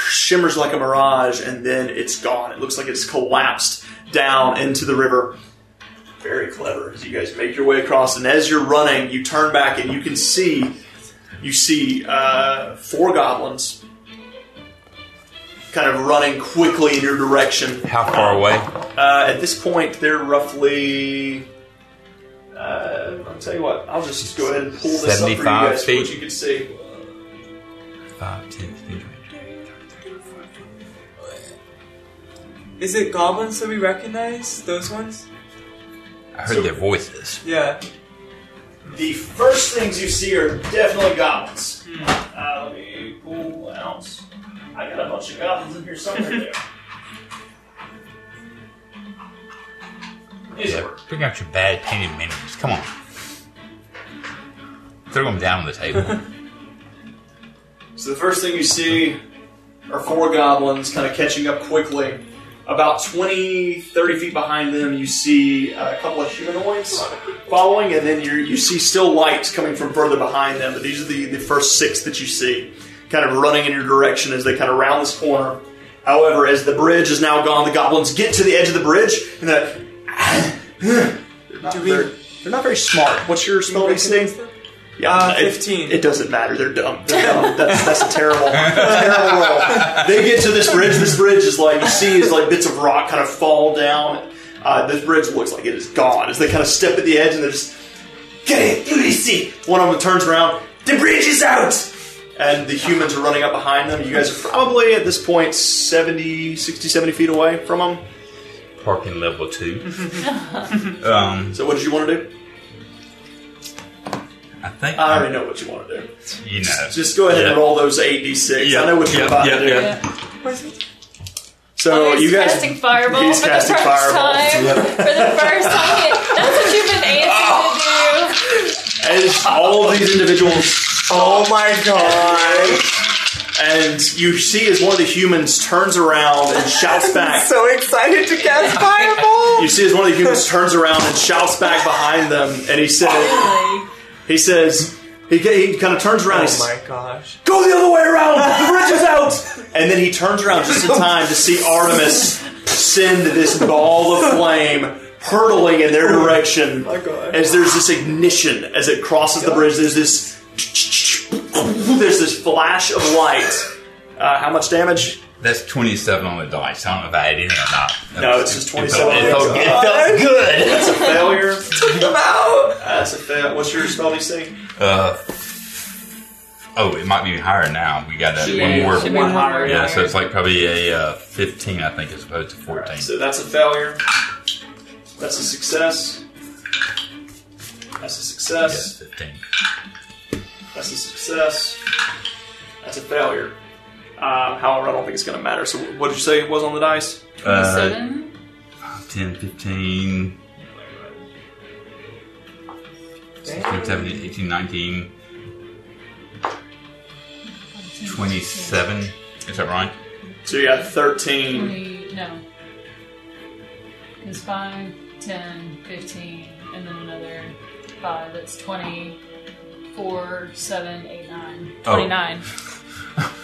Speaker 3: shimmers like a mirage, and then it's gone. It looks like it's collapsed down into the river. Very clever. As you guys make your way across, and as you're running, you turn back, and you can see you see uh, four goblins kind of running quickly in your direction.
Speaker 4: How far away?
Speaker 3: Uh, at this point, they're roughly. Uh, I'll tell you what. I'll just go ahead and pull this up for you
Speaker 4: 75
Speaker 3: guys,
Speaker 4: feet.
Speaker 3: which you can see.
Speaker 4: 5, 10, 15, 20.
Speaker 5: Is it goblins that we recognize? Those ones?
Speaker 4: I heard their voices.
Speaker 5: Yeah.
Speaker 3: The first things you see are definitely goblins. Uh, let me pull out. I got a bunch of goblins in here somewhere. there. These
Speaker 4: Yeah,
Speaker 3: are-
Speaker 4: bring out your bad painted menus. Come on. Throw them down on the table.
Speaker 3: So the first thing you see are four goblins kind of catching up quickly. About 20, 30 feet behind them, you see uh, a couple of humanoids following, and then you you see still lights coming from further behind them. But these are the, the first six that you see kind of running in your direction as they kind of round this corner. However, as the bridge is now gone, the goblins get to the edge of the bridge, and they're, they're, not,
Speaker 5: Do we-
Speaker 3: they're, they're not very smart. What's your spell
Speaker 5: Recognize
Speaker 3: thing?
Speaker 5: them?
Speaker 3: Yeah,
Speaker 5: Uh,
Speaker 3: it-
Speaker 5: 15.
Speaker 3: It, doesn't matter. They're dumb. They're dumb. That's, that's a terrible, terrible roll. They get to this bridge. This bridge is like you see is like bits of rock kind of fall down. Uh, this bridge looks like it is gone. As they kind of step at the edge and they're just get it, you see. One of them turns around. The bridge is out. And the humans are running up behind them. You guys are probably at this point 70, 60, 70 feet away from them.
Speaker 4: Parking level 2. um,
Speaker 3: So, what did you want to do?
Speaker 4: I think.
Speaker 3: I already know what you want to do.
Speaker 4: You know.
Speaker 3: Just go ahead and
Speaker 4: Yeah.
Speaker 3: roll those 8d6.
Speaker 4: Yeah,
Speaker 3: I know what you're
Speaker 4: yeah,
Speaker 3: about
Speaker 4: yeah,
Speaker 3: to do.
Speaker 4: yeah.
Speaker 5: Was it?
Speaker 3: So,
Speaker 1: he's
Speaker 3: you guys.
Speaker 1: casting fireball
Speaker 3: he's
Speaker 1: for
Speaker 3: casting
Speaker 1: the first
Speaker 3: fireball.
Speaker 1: time. For the first time, It- that's what you've been aiming to
Speaker 3: as all of these individuals,
Speaker 5: Oh my god!
Speaker 3: and you see as one of the humans turns around and shouts
Speaker 5: I'm
Speaker 3: back.
Speaker 5: so excited to cast fireball!
Speaker 3: You see as one of the humans turns around and shouts back behind them, and he
Speaker 1: Oh
Speaker 3: said,
Speaker 1: do.
Speaker 3: he says, he, he kind of turns around. and he
Speaker 5: Oh
Speaker 3: says,
Speaker 5: my gosh.
Speaker 3: Go the other way around. The bridge is out. And then he turns around just in time to see Artemis send this ball of flame. Hurtling in their direction
Speaker 5: Oh my God.
Speaker 3: as there's this ignition as it crosses the bridge. There's this, there's this flash of light. Uh, how much damage?
Speaker 4: That's 27 on the dice. I don't know if I had in or not. That
Speaker 3: No,
Speaker 4: was-
Speaker 3: it's just
Speaker 4: It felt,
Speaker 3: 27.
Speaker 4: it felt, it felt good.
Speaker 3: That's a failure.
Speaker 5: Come out!
Speaker 3: That's a fail. What's your spell DC?
Speaker 4: Uh, oh, it might be higher now. We got that
Speaker 1: Yeah,
Speaker 4: one more.
Speaker 1: should be one more
Speaker 4: yeah, so
Speaker 1: higher.
Speaker 4: it's like probably a uh, 15, I think, as opposed to 14.
Speaker 3: So that's a failure. That's a success. That's a
Speaker 4: yeah,
Speaker 3: success.
Speaker 4: 15.
Speaker 3: That's a success. That's a failure. Um, however, I don't think it's going to matter. So, what did you say it was on the dice?
Speaker 4: Uh,
Speaker 1: Seven.
Speaker 4: 10, 15,
Speaker 5: Damn.
Speaker 4: 16, 17, 18, 19, 27. Is that right?
Speaker 3: So you got 13.
Speaker 1: Twenty. No. It's five, ten, fifteen, and then another five. That's twenty. Four, seven, eight, nine.
Speaker 4: Oh.
Speaker 1: Twenty-nine.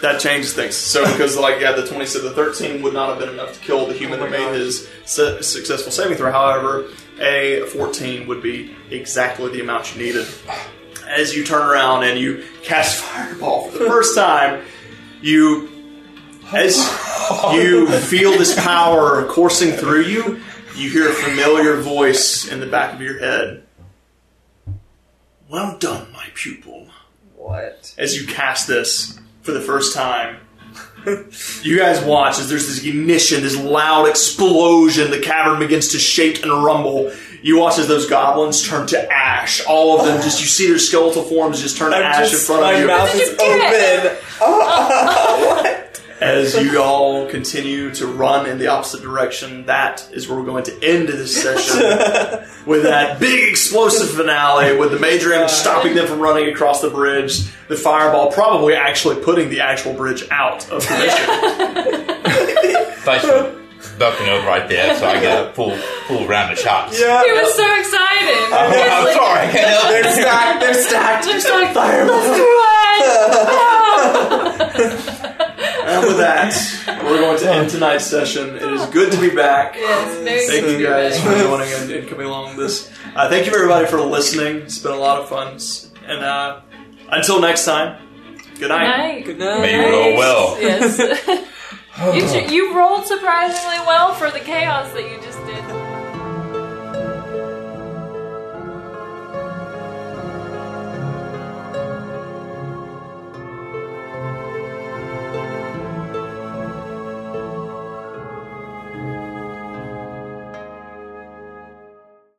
Speaker 3: That changes things. So, because like yeah, the 20, so the 13 would not have been enough to kill the human
Speaker 5: Oh my
Speaker 3: that made
Speaker 5: God.
Speaker 3: his su- successful saving throw. However, a 14 would be exactly the amount you needed. As you turn around and you cast fireball for the first time, you As you feel this power coursing through you, you hear a familiar voice in the back of your head. Well done, my pupil.
Speaker 5: What?
Speaker 3: As you cast this for the first time, you guys watch as there's this ignition, this loud explosion. The cavern begins to shake and rumble. You watch as those goblins turn to ash. All of them just, you see their skeletal forms just turn to
Speaker 5: I'm
Speaker 3: ash in
Speaker 5: just,
Speaker 3: front
Speaker 5: my
Speaker 3: of you.
Speaker 5: mouth is
Speaker 1: Just do it.
Speaker 5: open!
Speaker 3: As you all continue to run in the opposite direction, that is where we're going to end this session with that big explosive finale, with the major image stopping them from running across the bridge, the fireball probably actually putting the actual bridge out of commission.
Speaker 4: Thanks for bucking over right there, so I get a full full round of shots.
Speaker 1: He was so excited.
Speaker 4: I'm,
Speaker 1: He was
Speaker 4: I'm
Speaker 1: like,
Speaker 4: sorry, I can't help
Speaker 5: They're
Speaker 4: it.
Speaker 5: stacked. They're stacked.
Speaker 1: Just like,
Speaker 5: Fire
Speaker 1: Let's do it!
Speaker 3: And with that, we're going to end tonight's session. It is good to be back.
Speaker 1: yes, very
Speaker 3: Thank
Speaker 1: good to
Speaker 3: you
Speaker 1: be
Speaker 3: guys
Speaker 1: back.
Speaker 3: for joining and, and coming along this. Uh, thank you everybody for listening. It's been a lot of fun. S- And uh, until next time, good night.
Speaker 1: Night.
Speaker 5: Good night.
Speaker 4: May you roll well.
Speaker 1: Yes. you, ju- you rolled surprisingly well for the chaos that you just did.